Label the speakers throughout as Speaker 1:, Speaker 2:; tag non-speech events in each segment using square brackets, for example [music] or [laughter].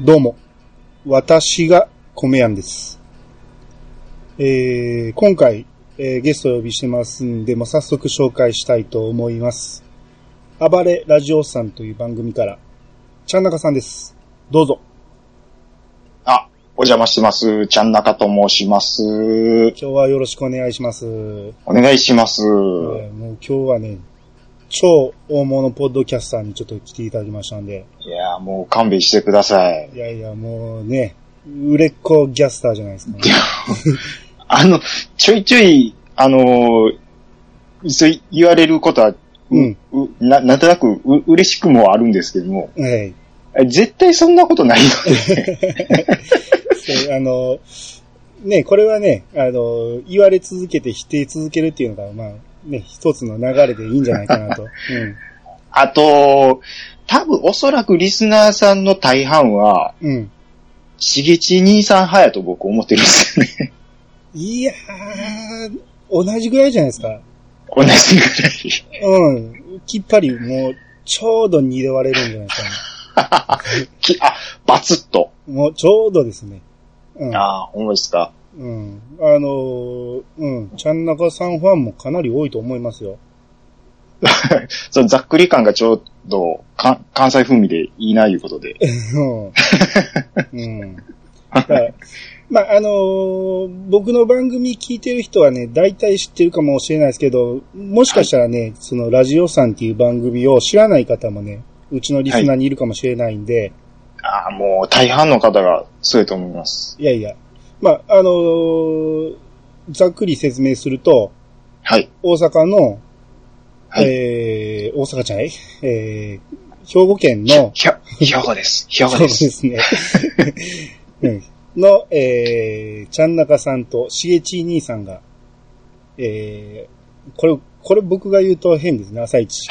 Speaker 1: どうも、私が米やんです。えー、今回、えーゲストをお呼びしてますんで、まあ、早速紹介したいと思います。暴れラジオさんという番組から、ちゃんなかさんです。どうぞ。
Speaker 2: あ、お邪魔してます。ちゃんなかと申します。
Speaker 1: 今日はよろしくお願いします。え
Speaker 2: お願いします。
Speaker 1: ーもう今日はね、超大物ポッドキャスターにちょっと来ていただきましたんで、
Speaker 2: いやー、もう勘弁してください。
Speaker 1: いやいや、もうね、売れっ子ギャスターじゃないですか、ね。
Speaker 2: あの、ちょいちょい、あのーそう言われることは、
Speaker 1: うん
Speaker 2: うな、なんとなく、う、嬉しくもあるんですけども、
Speaker 1: はい。
Speaker 2: え絶対そんなことないの
Speaker 1: [laughs]
Speaker 2: で、
Speaker 1: そう、 [laughs] あの、ね、これはね、あの、言われ続けて否定続けるっていうのが、まあ、ね、一つの流れでいいんじゃないかなと。
Speaker 2: あと、多分おそらくリスナーさんの大半は、
Speaker 1: うん。うん。
Speaker 2: しげち兄さん派やと僕思ってるんですよね。
Speaker 1: いやー、同じぐらいじゃないですか。
Speaker 2: 同じぐらい。
Speaker 1: うん。きっぱり、もう、ちょうど2で割れるんじゃないですかね。
Speaker 2: [laughs] きあ、バツッと。
Speaker 1: もう、ちょうどですね。うん。
Speaker 2: ああ、ほんまですか。
Speaker 1: うん。あのーうん。ちゃんなかさんファンもかなり多いと思いますよ。
Speaker 2: そのざっくり感がちょうどか関西風味でいいないうことで。
Speaker 1: うん。うん。だからまあ、あのー僕の番組聞いてる人はね、大体知ってるかもしれないですけど、もしかしたらね、そのラジオさんっていう番組を知らない方もね、うちのリスナーにいるかもしれないんで、
Speaker 2: ああ、もう大半の方がそうやと思います。
Speaker 1: い、やいや、まあ、あのーざっくり説明すると、
Speaker 2: はい。
Speaker 1: 大阪の、
Speaker 2: はい
Speaker 1: えー、大阪じゃないえー、兵庫県の、
Speaker 2: ひゃ、ひょこです。ひょ
Speaker 1: そ
Speaker 2: こ
Speaker 1: うで
Speaker 2: です。
Speaker 1: すね。 [laughs] うんの、えー、ちゃんなかさんとしげち兄さんが、えー、これ、これ僕が言うと変ですね、朝一。
Speaker 2: [laughs]
Speaker 1: ち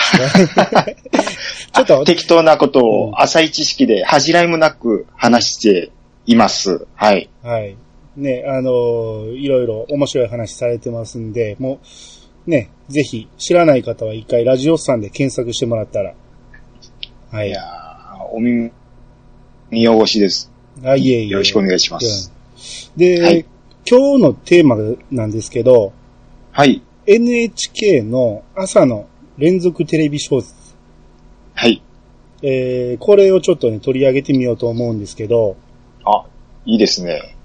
Speaker 1: ょっと、
Speaker 2: 適当なこと
Speaker 1: うん
Speaker 2: を浅い知識で恥じらいもなく話しています。はい。
Speaker 1: はい。ね、あのーいろいろ面白い話されてますんで、もう、ね、ぜひ、知らない方は一回ラジオさんで検索してもらったら。はいい。
Speaker 2: やーお耳、見汚しです。
Speaker 1: あ、いえいえ。
Speaker 2: よろしくお願いします。
Speaker 1: で、
Speaker 2: はい
Speaker 1: 今日のテーマなんですけど、
Speaker 2: はい。
Speaker 1: NHK の朝の連続テレビ小説。
Speaker 2: はい。
Speaker 1: えー、これをちょっとね、取り上げてみようと思うんですけど、
Speaker 2: あ、いいですね。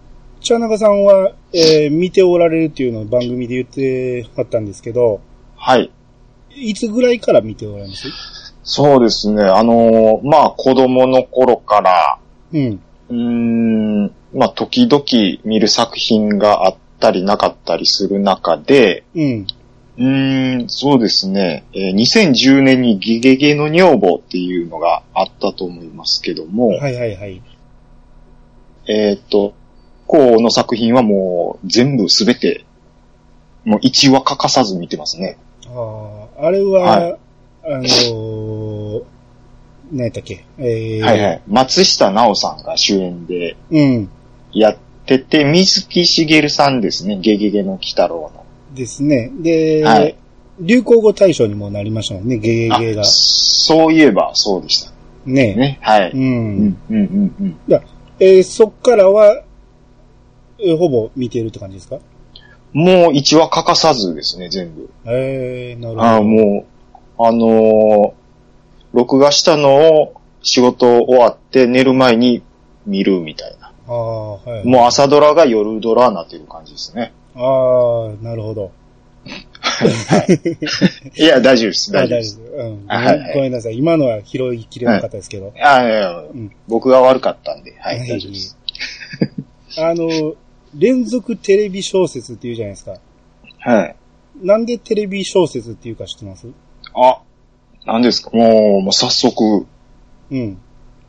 Speaker 1: チャナカさんは、えー、見ておられるっていうのを番組で言ってはったんですけど、
Speaker 2: はい。
Speaker 1: いつぐらいから見ておられます
Speaker 2: そうですね。あのーまあ、子供の頃から、
Speaker 1: うん。
Speaker 2: うーん、まあ、時々見る作品があったりなかったりする中で、
Speaker 1: うん。
Speaker 2: うーん、そうですね、えー2010年にギゲゲの女房っていうのがあったと思いますけども、
Speaker 1: はいはいはい。
Speaker 2: えーっと、この作品はもう全部すべて、もう1話欠かさず見てますね。
Speaker 1: ああ、あれは、あのー、何やったっけえー、
Speaker 2: はいはい。松下奈緒さんが主演で
Speaker 1: うん。
Speaker 2: やってて、水木しげるさんですね、ゲゲゲの鬼太郎の。
Speaker 1: ですね。で、
Speaker 2: はい
Speaker 1: 流行語大賞にもなりましたもんね、ゲゲゲが
Speaker 2: あ。そういえばそうでした
Speaker 1: ね
Speaker 2: ね。はい。
Speaker 1: うん。
Speaker 2: うんうんうんうん。
Speaker 1: えーそっからは、えーほぼ見てるって感じですか
Speaker 2: もう一話欠かさずですね、全部。
Speaker 1: えー、なるほど。
Speaker 2: ああ、もう、あのー録画したのを仕事終わって寝る前に見るみたいな。
Speaker 1: ああ、はい。
Speaker 2: もう朝ドラが夜ドラになってる感じですね。
Speaker 1: ああ、なるほど。
Speaker 2: いや、大丈夫です、大丈夫
Speaker 1: あ
Speaker 2: です。
Speaker 1: 夫。うん
Speaker 2: あはいはい
Speaker 1: ごめんなさい。今のは拾いきれなかったですけど。
Speaker 2: ああ、いやいや
Speaker 1: ん
Speaker 2: 僕が悪かったんで、はい、
Speaker 1: はい
Speaker 2: 大丈夫です。
Speaker 1: [laughs] あの、連続テレビ小説っていうじゃないですか。
Speaker 2: はい。
Speaker 1: なんでテレビ小説っていうか知ってます
Speaker 2: あ、何ですかもう、もう早速、
Speaker 1: うん。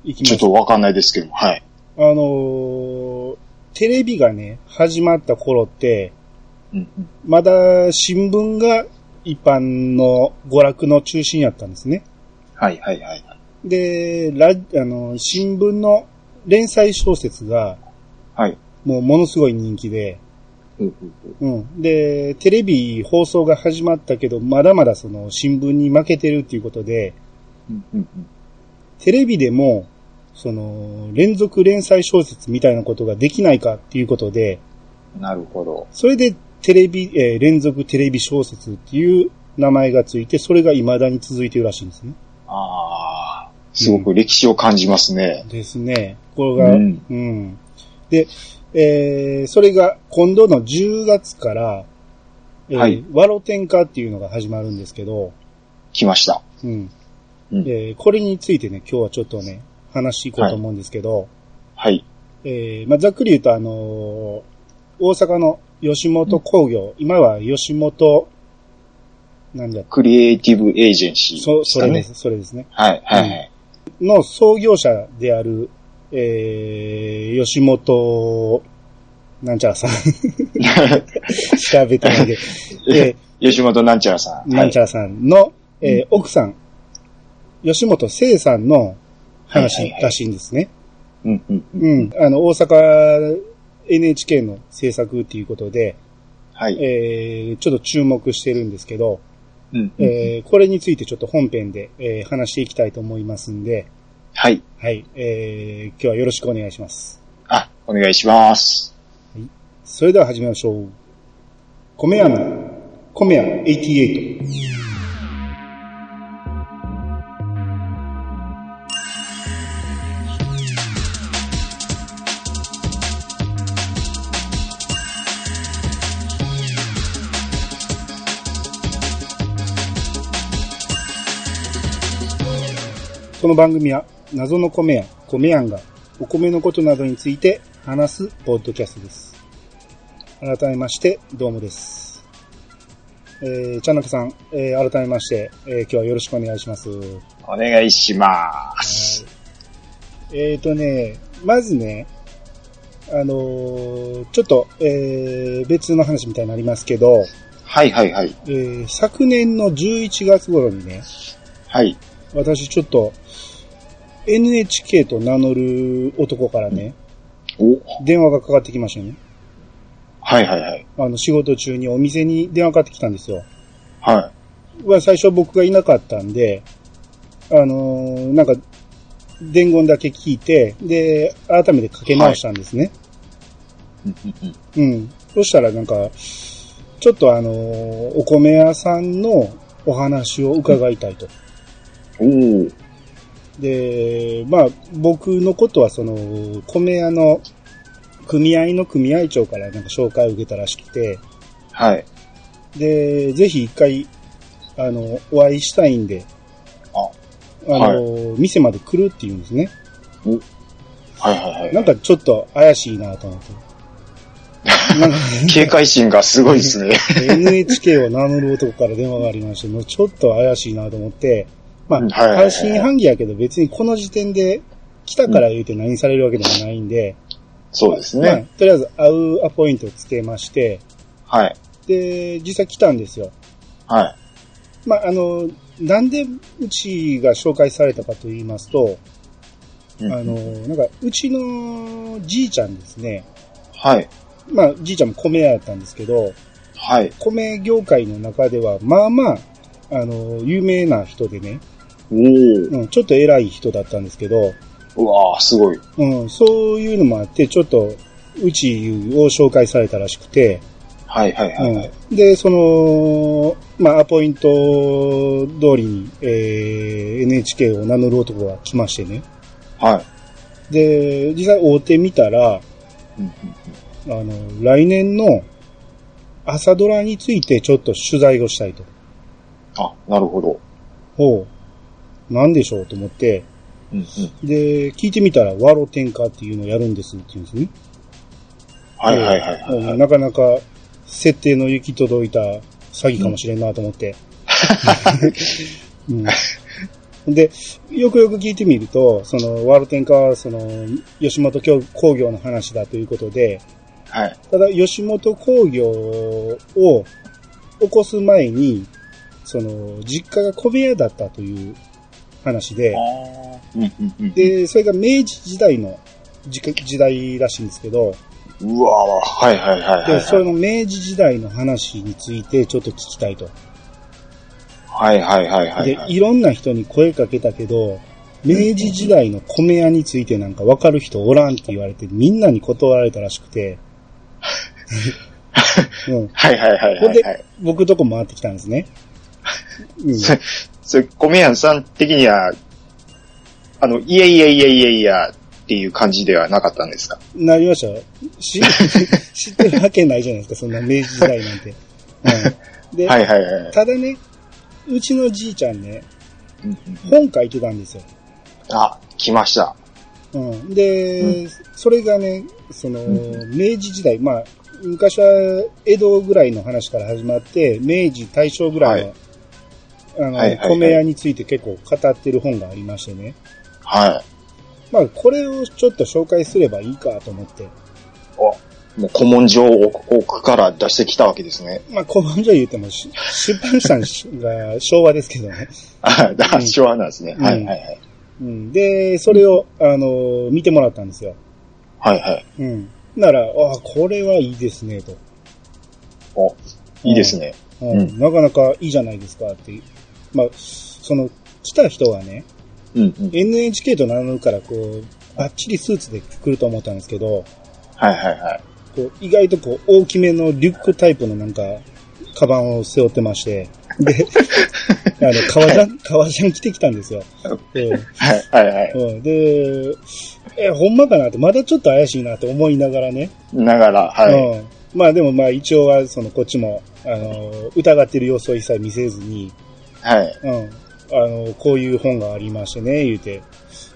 Speaker 1: いきま
Speaker 2: ち
Speaker 1: す
Speaker 2: ょっとわかんないですけども、はい。
Speaker 1: あのーテレビがね、始まった頃って、
Speaker 2: うんうん
Speaker 1: まだ新聞が一般の娯楽の中心やったんですね。
Speaker 2: はい、はい、はい。
Speaker 1: で、ラあの新聞の連載小説が
Speaker 2: はい。
Speaker 1: もうものすごい人気で、
Speaker 2: うんうんうん
Speaker 1: うん。で、テレビ放送が始まったけど、まだまだその新聞に負けてるっていうことで、
Speaker 2: うんうんうん
Speaker 1: テレビでもその、連続連載小説みたいなことができないかっていうことで、
Speaker 2: なるほど。
Speaker 1: それでテレビ、えー連続テレビ小説っていう名前がついて、それが未だに続いているらしいんですね。
Speaker 2: ああ、すごく歴史を感じますね。
Speaker 1: ですね。こ
Speaker 2: う
Speaker 1: れが、うん。
Speaker 2: ん。
Speaker 1: で、えーそれが今度の10月から、えー
Speaker 2: はい
Speaker 1: ワロテン化っていうのが始まるんですけど、
Speaker 2: 来ました。
Speaker 1: うん。
Speaker 2: うん
Speaker 1: えーこれについてね、今日はちょっとね、話していこうと思うんですけど、
Speaker 2: はい。
Speaker 1: えーまあ、ざっくり言うと、あのー大阪の吉本工業、今は吉本、なんだっ
Speaker 2: クリエイティブエージェンシーですか
Speaker 1: そ、
Speaker 2: ね。
Speaker 1: それです、それですね。
Speaker 2: はい、はい、はい。
Speaker 1: の創業者である、えー、吉本、なんちゃらさん、調べてないで、え
Speaker 2: 吉本なんちゃらさん。
Speaker 1: ー、なんち
Speaker 2: ゃ
Speaker 1: ゃらさんの、えー奥さん、吉本聖さんの話らしいんですね。
Speaker 2: ら。うん、うん、うん。
Speaker 1: うん。あの、大阪 NHK の制作っていうことで、
Speaker 2: はい。
Speaker 1: えーちょっと注目してるんですけど、
Speaker 2: うんうん
Speaker 1: えーこれについてちょっと本編で、えー話していきたいと思いますんで、
Speaker 2: はい。
Speaker 1: はい、えー今日はよろしくお願いします。
Speaker 2: あ、お願いします。
Speaker 1: それでは始めましょう。米屋の、米屋88。この番組は謎の米屋、米屋がお米のことなどについて話すポッドキャストです。改めまして、どうもです。えー、ちゃんなかさん、えー、改めまして、えー今日はよろしくお願いします。
Speaker 2: お願いします。
Speaker 1: えーとね、まずね、あのーちょっと、えー、別の話みたいになりますけど、
Speaker 2: はい、はい、はい。
Speaker 1: えー、昨年の11月頃にね、
Speaker 2: はい。
Speaker 1: 私ちょっと、NHK と名乗る男からね、
Speaker 2: お
Speaker 1: 電話がかかってきましたよね。
Speaker 2: はい、はい、はい。
Speaker 1: あの、仕事中にお店に電話かかってきたんですよ。
Speaker 2: は
Speaker 1: は最初僕がいなかったんで、あのーなんか、伝言だけ聞いて、で、改めてかけ直したんですね。
Speaker 2: い。うんうんうん
Speaker 1: うん。そしたらなんか、ちょっとあのーお米屋さんのお話を伺いたいと。
Speaker 2: おー
Speaker 1: で、まあ、僕のことはその、米屋の組合の組合長からなんか紹介を受けたらしくて、
Speaker 2: はい。
Speaker 1: で、ぜひ一回、あの、お会いしたいんで、
Speaker 2: あ
Speaker 1: あの、店まで来るって言うんですね。
Speaker 2: はい、はい、はい。
Speaker 1: なんかちょっと怪しいなと思って。なんか
Speaker 2: 警戒心がすごいですね。
Speaker 1: NHK を名乗る男から電話がありまして、もうちょっと怪しいなと思って、まあ
Speaker 2: うん、はいはいはい
Speaker 1: 半信半疑やけど別にこの時点で来たから言うて何されるわけでもないんで、
Speaker 2: [laughs] そうです
Speaker 1: まあ
Speaker 2: ね。、
Speaker 1: とりあえず会うアポイントをつけまして、
Speaker 2: はい。
Speaker 1: で、実際来たんですよ。
Speaker 2: はい。
Speaker 1: まあ、あの、なんでうちが紹介されたかと言いますと、あ
Speaker 2: あ
Speaker 1: の、、なんか、うちのじいちゃんですね。
Speaker 2: はい。
Speaker 1: まあ、じいちゃんも米屋だったんですけど、
Speaker 2: はい。
Speaker 1: 米業界の中では、まあまあ、あの、有名な人でね、
Speaker 2: おー
Speaker 1: うん、ちょっと偉い人だったんですけど、
Speaker 2: うわーすごい。
Speaker 1: うん、そういうのもあって、ちょっと、うちを紹介されたらしくて、
Speaker 2: はい、はい、はいはい。
Speaker 1: うん、で、その、まあ、アポイント通りに、えー NHK を名乗る男が来ましてね。
Speaker 2: はい。
Speaker 1: で、実際大手見たら、
Speaker 2: うんうん
Speaker 1: あの、来年の朝ドラについてちょっと取材をしたいと。
Speaker 2: あ、なるほど。
Speaker 1: ほう。なんでしょうと思って。
Speaker 2: うんうん
Speaker 1: で、聞いてみたら、ワロ天下っていうのをやるんですって言うんですね。
Speaker 2: はいはいはいはい
Speaker 1: うん
Speaker 2: はい。
Speaker 1: なかなか、設定の行き届いた詐欺かもしれんなと思
Speaker 2: [laughs]
Speaker 1: って。うんで、よくよく聞いてみると、その、ワロ天下は、その、吉本工業の話だということで、
Speaker 2: はい。
Speaker 1: ただ、吉本興業を起こす前に、その、実家が米屋だったという話で、
Speaker 2: うんうんうん
Speaker 1: で、それが明治時代の時間時代らしいんですけど、
Speaker 2: うわぁ、はいはいはいはい
Speaker 1: で、そ
Speaker 2: は
Speaker 1: れ
Speaker 2: い。
Speaker 1: の明治時代の話についてちょっと聞きたいと。
Speaker 2: はいはいはいはい
Speaker 1: で
Speaker 2: は、い。
Speaker 1: いろんな人に声かけたけど、明治時代の米屋についてなんか分かる人おらんって言われて、みんなに断られたらしくて、
Speaker 2: [laughs]
Speaker 1: うん、
Speaker 2: はいはいはい
Speaker 1: ほん
Speaker 2: はい、はい
Speaker 1: で。、僕とこ回ってきたんですね。うん
Speaker 2: それ、それ、米屋さん的には、あの、いやいやいやいやいやっていう感じではなかったんですか
Speaker 1: なりましたよ。し [laughs] 知ってるわけないじゃないですか、そんな明治時代なんて。うん、で、
Speaker 2: はいはいはい。
Speaker 1: ただね、うちのじいちゃんね、
Speaker 2: うんうん
Speaker 1: 本書いてたんですよ。
Speaker 2: あ、来ました。
Speaker 1: うん、で、それがね、その、
Speaker 2: うん
Speaker 1: 明治時代、まあ、昔は江戸ぐらいの話から始まって、明治、大正ぐらいの、
Speaker 2: は
Speaker 1: あの、
Speaker 2: はいはいはい
Speaker 1: 米屋について結構語ってる本がありましてね。
Speaker 2: は
Speaker 1: まあ、これをちょっと紹介すればいいかと思って。
Speaker 2: い。もう古文書を奥から出してきたわけですね。 [laughs]
Speaker 1: まあ、古文書言うてもし、出版社が昭和ですけどね。
Speaker 2: あ、だか
Speaker 1: うん
Speaker 2: ら昭和なんですね。
Speaker 1: うん
Speaker 2: はいはいはい。
Speaker 1: うん、で、それを、あの、見てもらったんですよ。
Speaker 2: はいはい。
Speaker 1: うん。なら、ああ、これはいいですね、と。
Speaker 2: お、いいですね。
Speaker 1: うん
Speaker 2: うん
Speaker 1: なかなかいいじゃないですかって。まあ、その、来た人はね、
Speaker 2: うんうん。
Speaker 1: NHK と名乗るから、こう、バッチリスーツで来ると思ったんですけど、
Speaker 2: はいはいはい。
Speaker 1: こう意外とこう、大きめのリュックタイプのなんか、カバンを背負ってまして、で、あの、革ジャン、革ジャン着てきたんですよ。で、
Speaker 2: はいはいはい。
Speaker 1: うん、でえ、ほんまかなって、まだちょっと怪しいなって思いながらね、
Speaker 2: ながら、はい。
Speaker 1: うん。まあでもまあ一応は、そのこっちも、あの、疑ってる様子を一切見せずに、
Speaker 2: はい。
Speaker 1: うん。あの、こういう本がありましてね、言うて。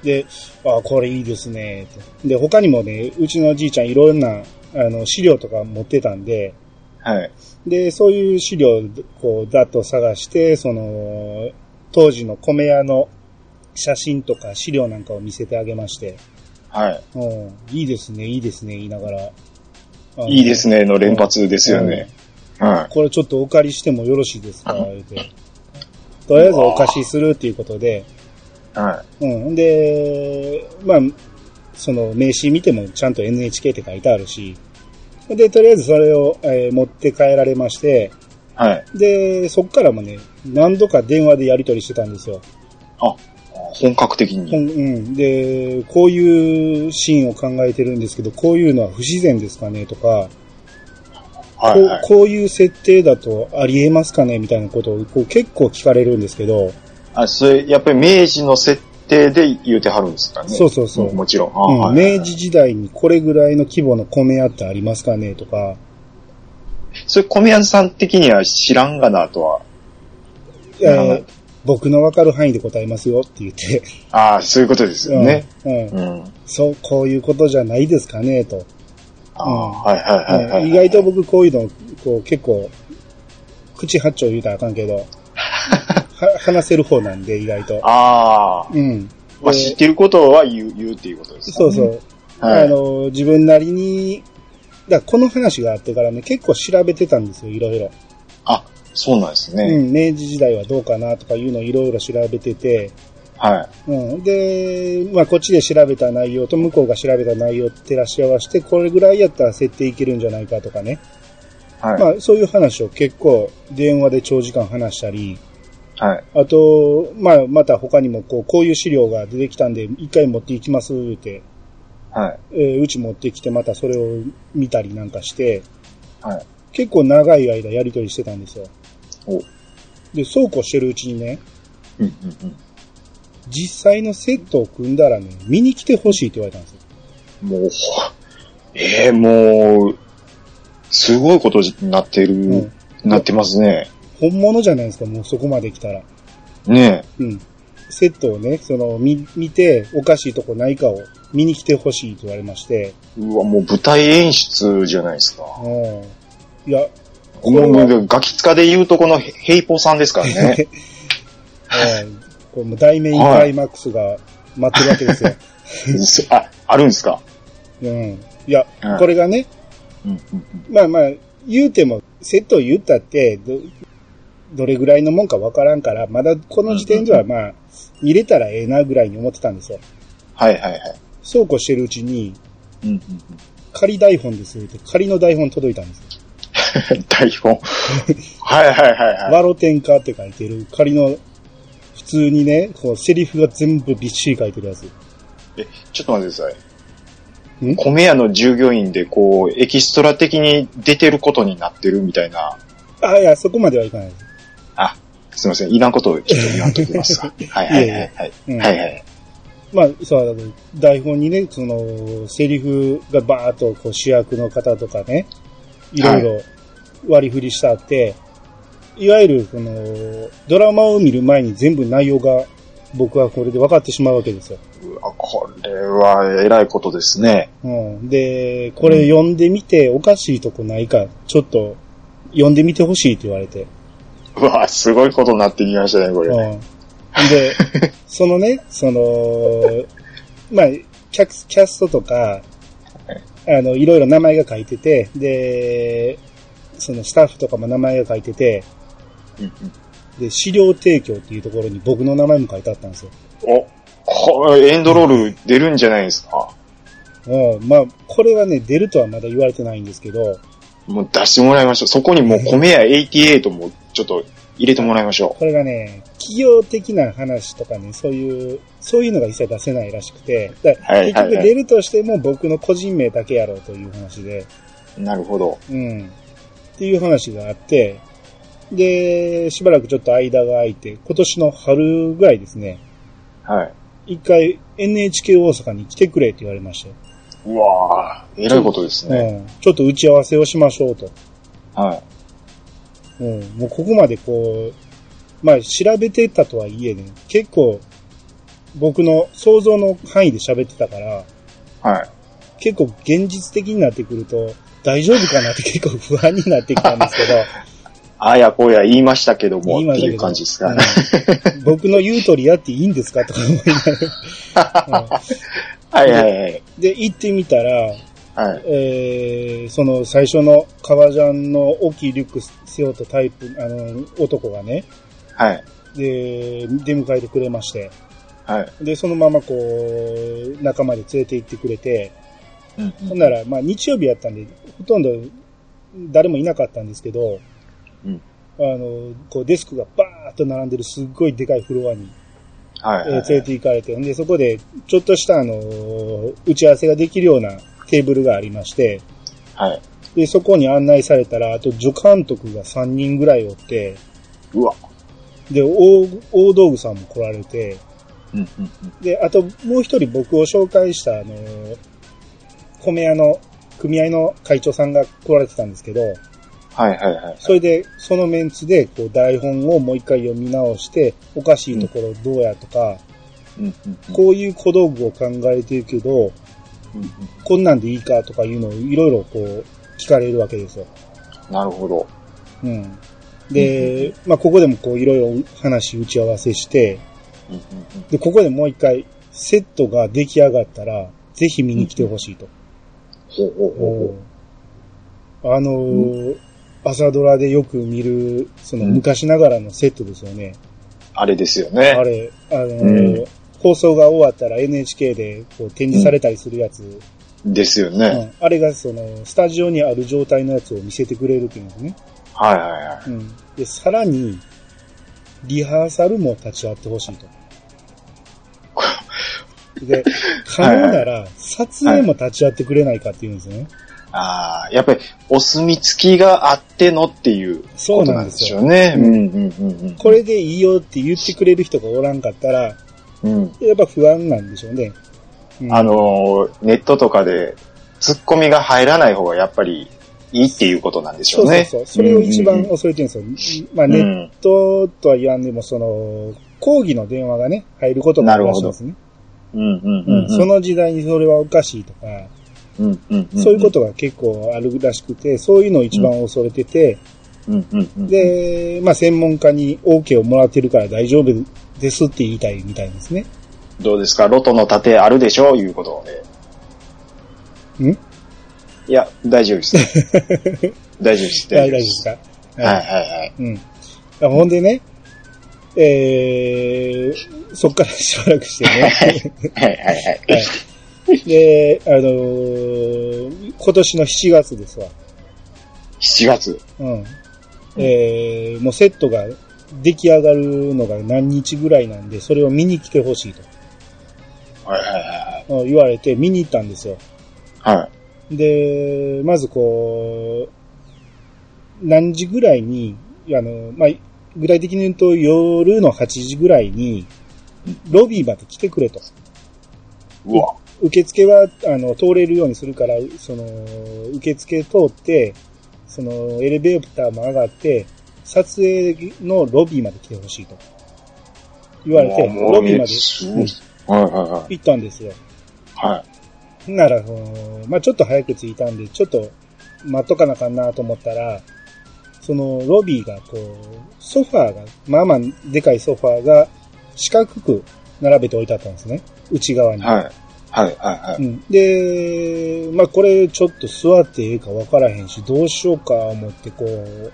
Speaker 1: で、あこれいいですね、と。で、他にもね、うちのじいちゃんいろんな、あの、資料とか持ってたんで、
Speaker 2: はい。
Speaker 1: で、そういう資料を、こう、だと探して、その、当時の米屋の写真とか資料なんかを見せてあげまして、
Speaker 2: はい。
Speaker 1: うん、いいですね、いいですね、言いながら。あの
Speaker 2: いいですねの連発ですよね。は
Speaker 1: これちょっとお借りしてもよろしいです
Speaker 2: [laughs]
Speaker 1: か言うて。とりあえずお貸しするっていうことで、
Speaker 2: い。は
Speaker 1: うん。で、まあ、その名刺見てもちゃんと NHK って書いてあるし、で、とりあえずそれを、えー持って帰られまして、
Speaker 2: い。はい。
Speaker 1: で、そっからもね、何度か電話でやり取りしてたんですよ。
Speaker 2: 本格的
Speaker 1: ほ
Speaker 2: に。
Speaker 1: んうん。で、こういうシーンを考えてるんですけど、こういうのは不自然ですかねとか、
Speaker 2: はいはい
Speaker 1: こうこういう設定だとありえますかねみたいなことをこう結構聞かれるんですけど、
Speaker 2: あ、それ、やっぱり明治の設定で言うてはるんですかね。
Speaker 1: そうそうそう
Speaker 2: ももちろん。あ
Speaker 1: うん
Speaker 2: はいはいはい
Speaker 1: 明治時代にこれぐらいの規模の米屋ってありますかねとか、
Speaker 2: それ、小宮さん的には知らんがなとは。
Speaker 1: えー僕のわかる範囲で答えますよって言って、
Speaker 2: ああ、そういうことですよね。
Speaker 1: うんうん
Speaker 2: うん。
Speaker 1: そう、こういうことじゃないですかねと、
Speaker 2: ああ、はいはいはいはい。
Speaker 1: うん意外と僕こういうのこう結構、口八丁言うたらあかんけど、
Speaker 2: [laughs]
Speaker 1: は話せる方なんで意外と。
Speaker 2: ああ、
Speaker 1: うん。
Speaker 2: まあ、
Speaker 1: で
Speaker 2: 知ってることは言う、言うっていうことです、ね。
Speaker 1: そうそう。
Speaker 2: はい。
Speaker 1: あの、自分なりに、だからこの話があってからね、結構調べてたんですよ、いろいろ。
Speaker 2: あ、そうなんです
Speaker 1: う
Speaker 2: ね。
Speaker 1: ん、明治時代はどうかなとかいうのをいろいろ調べてて、
Speaker 2: はい。
Speaker 1: うん、で、まあ、こっちで調べた内容と向こうが調べた内容を照らし合わせて、これぐらいやったら設定いけるんじゃないかとかね。
Speaker 2: はい。
Speaker 1: まあ、そういう話を結構電話で長時間話したり、
Speaker 2: はい。
Speaker 1: あと、まあ、また他にもこう、こういう資料が出てきたんで、一回持っていきますって、
Speaker 2: はい。
Speaker 1: えーうち持ってきてまたそれを見たりなんかして、
Speaker 2: はい。
Speaker 1: 結構長い間やりとりしてたんですよ。
Speaker 2: お。
Speaker 1: で、そうこうしてるうちにね、
Speaker 2: うんうんうん。
Speaker 1: 実際のセットを組んだらね、見に来てほしいって言われたんですよ。
Speaker 2: もう、ええもう、すごいことになってる、
Speaker 1: うん
Speaker 2: なってますね。
Speaker 1: 本物じゃないですか、もうそこまで来たら。
Speaker 2: ね
Speaker 1: うん。セットをね、その、見、見て、おかしいとこないかを見に来てほしいと言われまして、
Speaker 2: え。うわ、もう舞台演出じゃないですか。も
Speaker 1: うん。いや、
Speaker 2: う、
Speaker 1: これは、うん
Speaker 2: もうガキツカで言うとこのヘヘイポさんで
Speaker 1: [laughs]
Speaker 2: すからね。
Speaker 1: これもう大メインクライマックスが待ってるわけですよ。
Speaker 2: そあ、あるんですか
Speaker 1: うん。いや
Speaker 2: うん、
Speaker 1: これがね、
Speaker 2: うんうんうん。
Speaker 1: まあまあ、言うても、セットを言ったって、ど、どれぐらいのもんかわからんから、まだこの時点ではまあ、見れたらええなぐらいに思ってたんですよ。
Speaker 2: はいはいはい。
Speaker 1: そうこうしてるうちに、
Speaker 2: うんうん
Speaker 1: 仮台本ですって、仮の台本届いたんですよ。
Speaker 2: うん。台本。はいはいはいはい。
Speaker 1: ワロテンカって書いてる仮の普通にね、こう、セリフが全部びっしり書いてるやつ。
Speaker 2: え、ちょっと待ってくださ
Speaker 1: ん
Speaker 2: い。米屋の従業員で、こう、エキストラ的に出てることになってるみたいな、
Speaker 1: あ、いや、そこまではいかないです。
Speaker 2: あ、すいません。いらんことをちょっと言わんときますわ。はいはいはいはい。
Speaker 1: うん
Speaker 2: はいはい。
Speaker 1: まあ、そうだけど、台本にね、その、セリフがバーっと、こう、主役の方とかね、いろいろ割り振りしてあって、い、わゆる、その、ドラマを見る前に全部内容が、僕はこれで分かってしまうわけですよ。
Speaker 2: うわこれは、えらいことですね。
Speaker 1: うん。で、これ読んでみて、おかしいとこないか、ちょっと、読んでみてほしいって言われて。
Speaker 2: うわすごいことになってきましたね、これ。
Speaker 1: う
Speaker 2: はい
Speaker 1: ん。
Speaker 2: [laughs]
Speaker 1: で、そのね、その、まあ、キャスキャストとか、あの、いろいろ名前が書いてて、で、そのスタッフとかも名前が書いてて、
Speaker 2: うんうん
Speaker 1: で、資料提供っていうところに僕の名前も書いてあったんですよ。
Speaker 2: お、これエンドロール出るんじゃないですか。
Speaker 1: うん。まあ、これはね、出るとはまだ言われてないんですけど、
Speaker 2: もう出してもらいましょう。そこにもう米屋88もちょっと入れてもらいましょ
Speaker 1: これがね、企業的な話とかね、そういう、そういうのが一切出せないらしくて、だから
Speaker 2: はい
Speaker 1: 結
Speaker 2: はいはい
Speaker 1: 局出るとしても僕の個人名だけやろうという話で、
Speaker 2: う。なるほど。
Speaker 1: うん。っていう話があって、で、しばらくちょっと間が空いて、今年の春ぐらいですね、
Speaker 2: はい。
Speaker 1: 一回 NHK 大阪に来てくれって言われまして、
Speaker 2: うわーえらいことですね。
Speaker 1: うん。ちょっと打ち合わせをしましょうと。
Speaker 2: はい。
Speaker 1: うん。もうここまでこう、まあ調べてたとはいえね、結構僕の想像の範囲で喋ってたから、
Speaker 2: はい。
Speaker 1: 結構現実的になってくると、大丈夫かなって結構不安になってきたんですけど、
Speaker 2: あやこや言いまし
Speaker 1: [laughs]
Speaker 2: たけども
Speaker 1: 今
Speaker 2: っ
Speaker 1: だ
Speaker 2: て
Speaker 1: け
Speaker 2: い
Speaker 1: ど
Speaker 2: う感じですかね。
Speaker 1: うん僕の言う通りやっていいんですかとか思いながら。うん
Speaker 2: はいはいはい。
Speaker 1: で、行ってみたら、
Speaker 2: はい。
Speaker 1: えー、その最初の革ジャンの大きいリュック背負ったタイプ、あの、男がね、
Speaker 2: はい。
Speaker 1: で、出迎えてくれまして、
Speaker 2: はい。
Speaker 1: で、そのままこう、仲間で連れて行ってくれて、
Speaker 2: うん
Speaker 1: ほんなら、まあ日曜日やったんで、ほとんど誰もいなかったんですけど、
Speaker 2: うん
Speaker 1: あの、こうデスクがバーっと並んでるすっごいでかいフロアに
Speaker 2: はい。
Speaker 1: えー連れて行かれて、んで、そこで、ちょっとした、あのー打ち合わせができるようなテーブルがありまして、
Speaker 2: はい。
Speaker 1: で、そこに案内されたら、あと助監督が3人ぐらいおって、
Speaker 2: うわ。
Speaker 1: で、大、大道具さんも来られて、
Speaker 2: うんうんうん。
Speaker 1: で、あともう一人僕を紹介した、あのー米屋の組合の会長さんが来られてたんですけど、
Speaker 2: はいはいはい。
Speaker 1: それで、そのメンツで、こう、台本をもう一回読み直して、おかしいところどうやとか、
Speaker 2: うんうんうん
Speaker 1: こういう小道具を考えてるけど、
Speaker 2: うんうん
Speaker 1: こんなんでいいかとかいうのをいろいろこう、聞かれるわけですよ。
Speaker 2: なるほど。
Speaker 1: うん。で、まあ、ここでもこう、いろいろ話、打ち合わせして、
Speaker 2: うんうんうん
Speaker 1: で、ここでもう一回、セットが出来上がったら、ぜひ見に来てほしいと。
Speaker 2: ほうほうほうほ
Speaker 1: あのー朝ドラでよく見る、その
Speaker 2: うん
Speaker 1: 昔ながらのセットですよね。
Speaker 2: う。あれですよね
Speaker 1: あ。れ、あのー
Speaker 2: う
Speaker 1: 放送が終わったら NHK でこう展示されたりするやつ、
Speaker 2: ですよ
Speaker 1: う
Speaker 2: ね。
Speaker 1: んあれがその、スタジオにある状態のやつを見せてくれるっていうんですね。
Speaker 2: はいはいは
Speaker 1: う
Speaker 2: い。
Speaker 1: ん。で、さらに、リハーサルも立ち会ってほし
Speaker 2: [laughs]
Speaker 1: いと。で、可能なら、撮影も立ち会ってくれないかって言うんですよね。
Speaker 2: ああ、やっぱりお墨付きがあってのっていう
Speaker 1: そ
Speaker 2: こ
Speaker 1: う
Speaker 2: と
Speaker 1: な
Speaker 2: なんん
Speaker 1: で
Speaker 2: ですす
Speaker 1: よ。
Speaker 2: よね。うんうんうんうん。
Speaker 1: これでいいよって言ってくれる人がおらんかったら、
Speaker 2: うん。
Speaker 1: やっぱ不安なんでしょうね。うん
Speaker 2: あのーネットとかで突っ込みが入らない方がやっぱりいいっていうことなんでし
Speaker 1: そ
Speaker 2: ょ
Speaker 1: う
Speaker 2: う
Speaker 1: そう
Speaker 2: ね。
Speaker 1: そう。それを一
Speaker 2: う
Speaker 1: 番
Speaker 2: んうんうん
Speaker 1: 恐れてるんですよ。まあ、
Speaker 2: うん
Speaker 1: ネットとは言わんでも、その、抗議の電話がね、入ることもあるらしいですね。
Speaker 2: うんうん
Speaker 1: う
Speaker 2: うん
Speaker 1: ん。その時代にそれはおかしいとか、
Speaker 2: うんうんうん。
Speaker 1: そういうことが結構あるらしくて、そういうのを一番恐れてて、
Speaker 2: うんうんうん。
Speaker 1: で、まあ専門家に OK をもらってるから大丈夫ですって言いたいみたいですね。
Speaker 2: どうですかロトの盾あるでしょいうこと
Speaker 1: ん
Speaker 2: で。いや、大丈夫です。
Speaker 1: [laughs]
Speaker 2: 大丈夫です。
Speaker 1: 大丈夫ですか
Speaker 2: はいはいはい。
Speaker 1: い。うん。ほんでね、えー、そっからしばらくしてね。
Speaker 2: はいはいはい。
Speaker 1: はい、で、あのー今年の7月ですわ。
Speaker 2: 7月。
Speaker 1: うん。えー、もうセットが出来上がるのが何日ぐらいなんで、それを見に来てほしい
Speaker 2: はいはいはい
Speaker 1: と言われて見に行ったんですよ。
Speaker 2: はい。はい。
Speaker 1: で、まずこう、何時ぐらいに、あの、まあ、具体的に言うと夜の8時ぐらいに、ロビーまで来てくれと。
Speaker 2: うわ。
Speaker 1: 受付は、あの、通れるようにするから、その、受付通って、その、エレベーターも上がって、撮影のロビーまで来てほしいと。言われて、
Speaker 2: もう
Speaker 1: ロビーまで
Speaker 2: えごいはいはいはい。
Speaker 1: 行ったんですよ。
Speaker 2: はい。
Speaker 1: なら、そのまあ、ちょっと早く着いたんで、ちょっと待っとかなあかんなと思ったら、そのロビーがこう、ソファーが、まあまあでかいソファーが四角く並べて置いてあったんですね。内側に。
Speaker 2: はい。はいはいは
Speaker 1: うん、で、まあこれちょっと座っていいか分からへんし、どうしようか思ってこう、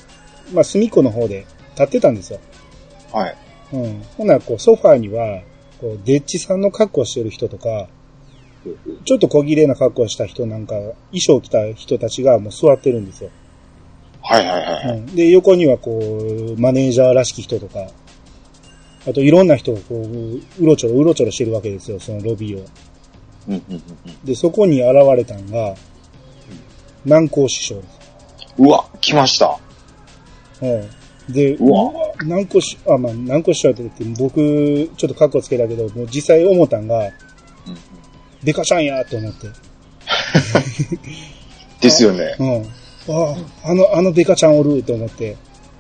Speaker 1: まあ隅っこの方で立ってたんですよ。
Speaker 2: い。はい。
Speaker 1: うん。ほな、こう、ソファーには、こう、デッチさんの格好してる人とか、ちょっと小綺麗な格好した人なんか、衣装着た人たちがもう座ってるんですよ。
Speaker 2: はいはいはいは
Speaker 1: う
Speaker 2: い。
Speaker 1: ん。で、横にはこう、マネージャーらしき人とか、あといろんな人がこう、うろちょろうろちょろしてるわけですよ、そのロビーを。
Speaker 2: うんうんうん
Speaker 1: で、そこに現れたんが、南光師匠です。
Speaker 2: うんうわ、来ました。
Speaker 1: うん。で、
Speaker 2: うわ
Speaker 1: 南光師、あ、まあ、南光師匠って言って、僕、ちょっと格好つけたけど、もう実際思ったんが、
Speaker 2: うんうん
Speaker 1: デカちゃんやと思って。
Speaker 2: ですよね。
Speaker 1: うん。ああ、あの、あのデカちゃんおると思って。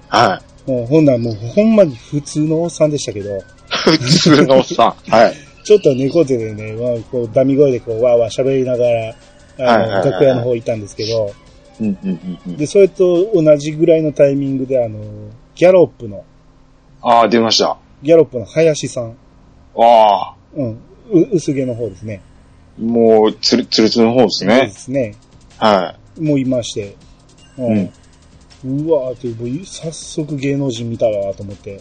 Speaker 2: はい。
Speaker 1: うん、ほんならもうほんまに普通のおっさんでしたけど、
Speaker 2: [laughs] 普通のおっさん。はい。
Speaker 1: ちょっと猫背でね、まあ、こう、ダミ声でこう、わーわー喋りながら、
Speaker 2: はいはい
Speaker 1: あ
Speaker 2: はいは
Speaker 1: の、
Speaker 2: い
Speaker 1: 楽屋の方行ったんですけど、
Speaker 2: うんうんうんうん。
Speaker 1: で、それと同じぐらいのタイミングで、あの、ギャロップの、
Speaker 2: ああ、出ました。
Speaker 1: ギャロップの林さん、
Speaker 2: ああ、
Speaker 1: うん、う薄毛の方ですね。
Speaker 2: もう、つる、つるつるの方です
Speaker 1: そうで
Speaker 2: ね。
Speaker 1: すね。
Speaker 2: は
Speaker 1: もういまして。うん。うわーって、もう早速芸能人見たわーと思って。
Speaker 2: い。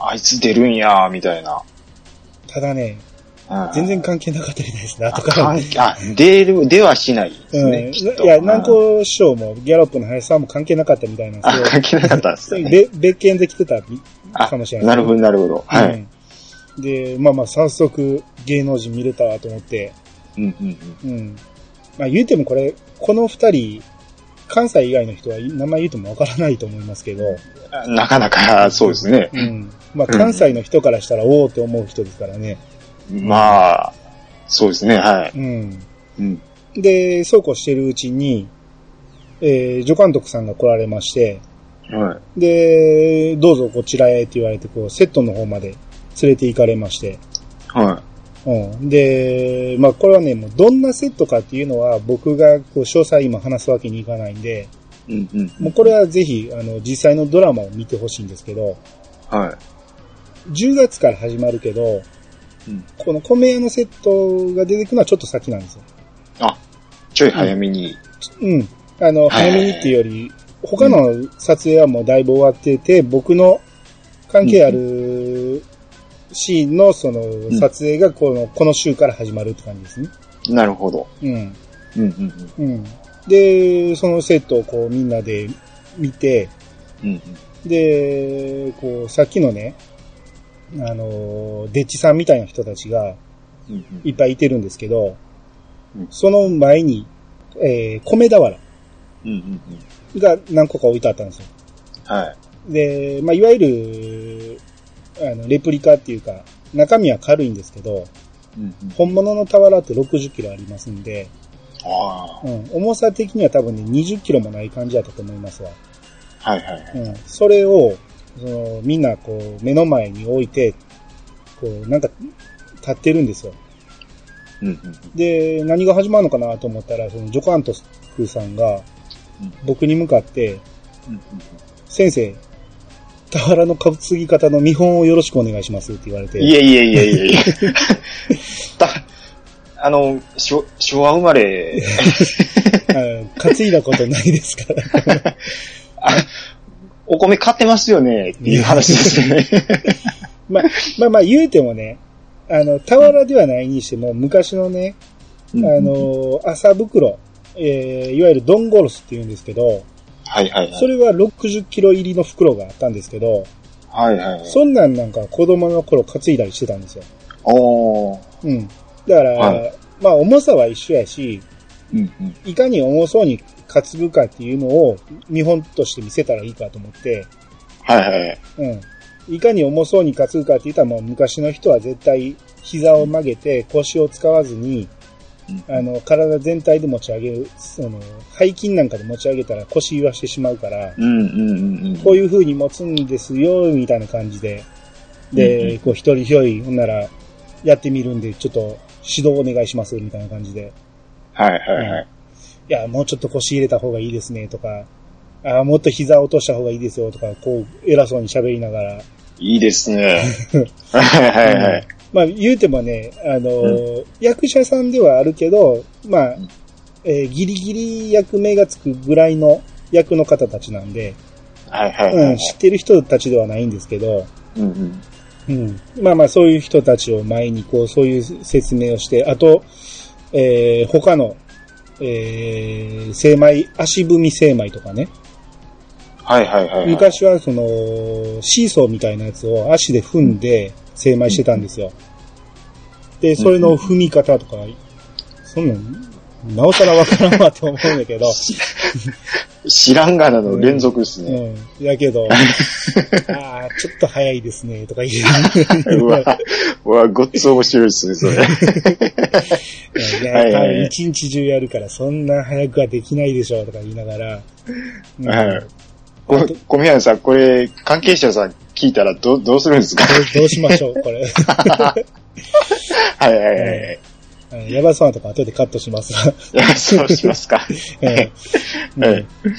Speaker 2: あいつ出るんやー、みたいな。
Speaker 1: ただね、
Speaker 2: うん
Speaker 1: 全然関係なかったみたいですね、後から
Speaker 2: 関係、あ、出る、出はしないですね、きっ
Speaker 1: う
Speaker 2: と。
Speaker 1: ん、いや、
Speaker 2: うん
Speaker 1: 南光師匠もギャロップの林さんも関係なかったみたいなんで
Speaker 2: あ、
Speaker 1: す
Speaker 2: 関係なかったんです
Speaker 1: けど、
Speaker 2: ね。
Speaker 1: べ別件で来てたみ
Speaker 2: あ
Speaker 1: かもしれない。
Speaker 2: なるほど、なるほど。は
Speaker 1: う
Speaker 2: い。
Speaker 1: んで、まあまあ、早速芸能人見れたわと思って、
Speaker 2: うんうんうん。
Speaker 1: うん。まあ言うてもこれ、この二人、関西以外の人は名前言うてもわからないと思いますけど、
Speaker 2: あなかなか、そうですね。
Speaker 1: うん。まあ関西の人からしたら、おおって思う人ですからね。
Speaker 2: まあ、そうですね、は
Speaker 1: うん。
Speaker 2: い。うん。
Speaker 1: で、そうこうしてるうちに、えー、助監督さんが来られまして、
Speaker 2: はい。
Speaker 1: で、どうぞこちらへって言われて、こう、セットの方まで連れて行かれまして。
Speaker 2: は
Speaker 1: うん。で、まあこれはね、もうどんなセットかっていうのは僕がこう詳細今話すわけにいかないんで、
Speaker 2: い。うんうん。
Speaker 1: もうこれはぜひ、あの、実際のドラマを見てほしいんですけど、
Speaker 2: は
Speaker 1: 10月から始まるけど、
Speaker 2: い。うん。
Speaker 1: この米屋のセットが出てくるのはちょっと先なんですよ。
Speaker 2: あ、ちょい早めに。
Speaker 1: うん。あの、
Speaker 2: はい
Speaker 1: 早めにっていうより、他の撮影はもうだいぶ終わってて、僕の関係あるシーンのその
Speaker 2: ん
Speaker 1: 撮影がこの、この週から始まるって感じですね。
Speaker 2: なるほど。
Speaker 1: うん。
Speaker 2: うんうんうん。
Speaker 1: うん。で、そのセットをこうみんなで見て、
Speaker 2: うん
Speaker 1: で、こう、さっきのね、あの、デッチさんみたいな人たちが
Speaker 2: うん。うんうん
Speaker 1: いっぱいいてるんですけど
Speaker 2: うん、
Speaker 1: その前に、えー、米俵
Speaker 2: うんうんうん。
Speaker 1: が何個か置いてあったんですよ。
Speaker 2: はい。
Speaker 1: で、まあ、いわゆる、あの、レプリカっていうか、中身は軽いんですけど、
Speaker 2: うんうん。
Speaker 1: 本物の俵って60キロありますんで、
Speaker 2: あ
Speaker 1: うん、重さ的には多分ね、20キロもない感じだったと思いますわ。
Speaker 2: あ。はいはい。
Speaker 1: うん、それを、その、みんなこう、目の前に置いて、こう、なんか、立ってるんですよ。
Speaker 2: うんうんうん。
Speaker 1: で、何が始まるのかなと思ったら、その、ジョカントスクさんが
Speaker 2: うん、
Speaker 1: 僕に向かって、
Speaker 2: うんうんうん
Speaker 1: 先生、俵の担ぎ方の見本をよろしくお願いしますって言われて。
Speaker 2: いえいえいえい [laughs] えいえ。たあの、昭昭和生ま [laughs] れ、
Speaker 1: はい担いだことないですから。 [laughs]
Speaker 2: お米買ってますよねっていう話ですね。
Speaker 1: まあ、まあまあ言うてもね、あの、俵ではないにしても、昔のね、あの、麻袋、えー、いわゆるドンゴロスって言うんですけど、
Speaker 2: はいはいはい。
Speaker 1: それは60キロ入りの袋があったんですけど、
Speaker 2: はいはいはい。
Speaker 1: そんなんなんか子供の頃担いだりしてたんですよ。
Speaker 2: おー。
Speaker 1: うん。だから、
Speaker 2: は
Speaker 1: まあ重さは一緒やし、
Speaker 2: うんうん。
Speaker 1: いかに重そうに担ぐかっていうのを見本として見せたらいいかと思って、
Speaker 2: はいはいはい。
Speaker 1: うん。いかに重そうに担ぐかって言ったらもう昔の人は絶対膝を曲げて腰を使わずに、
Speaker 2: うん
Speaker 1: あの、体全体で持ち上げる、その、背筋なんかで持ち上げたら腰言わしてしまうから、
Speaker 2: うんうんうんうん。
Speaker 1: こういう風に持つんですよ、みたいな感じで。
Speaker 2: うんう
Speaker 1: で、
Speaker 2: ん
Speaker 1: こう一人一人、ほんなら、やってみるんで、ちょっと指導お願いします、みたいな感じで。
Speaker 2: はいはいはい。
Speaker 1: いや、もうちょっと腰入れた方がいいですね、とか、あーもっと膝落とした方がいいですよ、とか、こう、偉そうに喋りながら。
Speaker 2: いいです [laughs] ね。はいはいはい。
Speaker 1: まあ、言うてもね、あのー役者さんではあるけど、まあ
Speaker 2: ん、
Speaker 1: えーギリギリ役名がつくぐらいの役の方たちなんで、
Speaker 2: はいはいは
Speaker 1: うん、
Speaker 2: い。
Speaker 1: 知ってる人たちではないんですけど、
Speaker 2: うんうん。
Speaker 1: うん。まあまあ、そういう人たちを前に、こう、そういう説明をして、あと、えー他の、えー、精米、足踏み精米とかね。
Speaker 2: はいはい [laughs] はいはい。
Speaker 1: 昔は、その、シーソーみたいなやつを足で踏んで精米してたんですよ。で、それの踏み方とか、そんなん、なおさらわからんわと思うんだけ
Speaker 2: [laughs]
Speaker 1: ど、
Speaker 2: 知らんがなの連続です
Speaker 1: う
Speaker 2: ね。
Speaker 1: ん。やけ
Speaker 2: [laughs]
Speaker 1: ど、ああ、ちょっと早いですね、とか言う。
Speaker 2: うわ、うわ、ごっつ面白いですね、それ。
Speaker 1: いや、多
Speaker 2: はいはいはい
Speaker 1: 分一日中やるから、そんな早くはできないでしょうとか言いながら。うん
Speaker 2: はいこ小宮さん、これ、関係者さん聞いたらどうどうするんですか [laughs]
Speaker 1: どどうしましょう、これ。
Speaker 2: はいはいはいはい。
Speaker 1: うんやばそうなとこ後でカットしますわ。
Speaker 2: いやそうします [laughs] か。
Speaker 1: うん
Speaker 2: はい [laughs]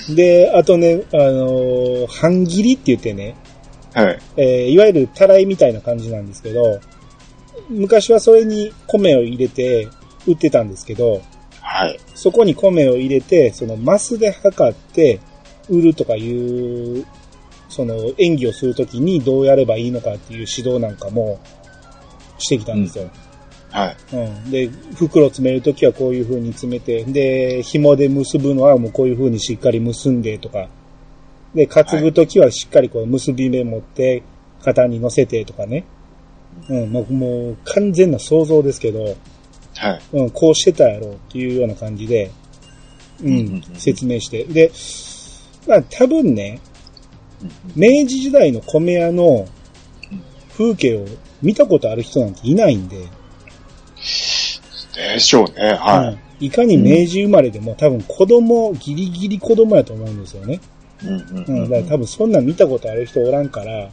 Speaker 1: うんで、あとね、あのー半切りって言ってね、
Speaker 2: はい。
Speaker 1: えーいわゆるたらいみたいな感じなんですけど、昔はそれに米を入れて売ってたんですけど、
Speaker 2: はい。
Speaker 1: そこに米を入れて、そのマスで測って売るとかいう、その演技をするときにどうやればいいのかっていう指導なんかもしてきたんですよ。
Speaker 2: はい。
Speaker 1: うん。で、袋詰めるときはこういう風に詰めて、で、紐で結ぶのはもうこういう風にしっかり結んでとか、で、担ぐときはしっかりこう結び目持って、型に乗せてとかね。うん、もうもう完全な想像ですけど、
Speaker 2: はい。
Speaker 1: うん、こうしてたやろうっていうような感じで、う
Speaker 2: うんうん
Speaker 1: ん
Speaker 2: う、ん
Speaker 1: 説明して。で、まあ多分ね、明治時代の米屋の風景を見たことある人なんていないんで、、
Speaker 2: でしょうね。はい
Speaker 1: かに明治生まれでも、多分子供、ギリギリ子供やと思うんですよね。
Speaker 2: い。うんうん
Speaker 1: う
Speaker 2: うん
Speaker 1: ん、
Speaker 2: うん
Speaker 1: だから多分そんなん見たことある人おらんから、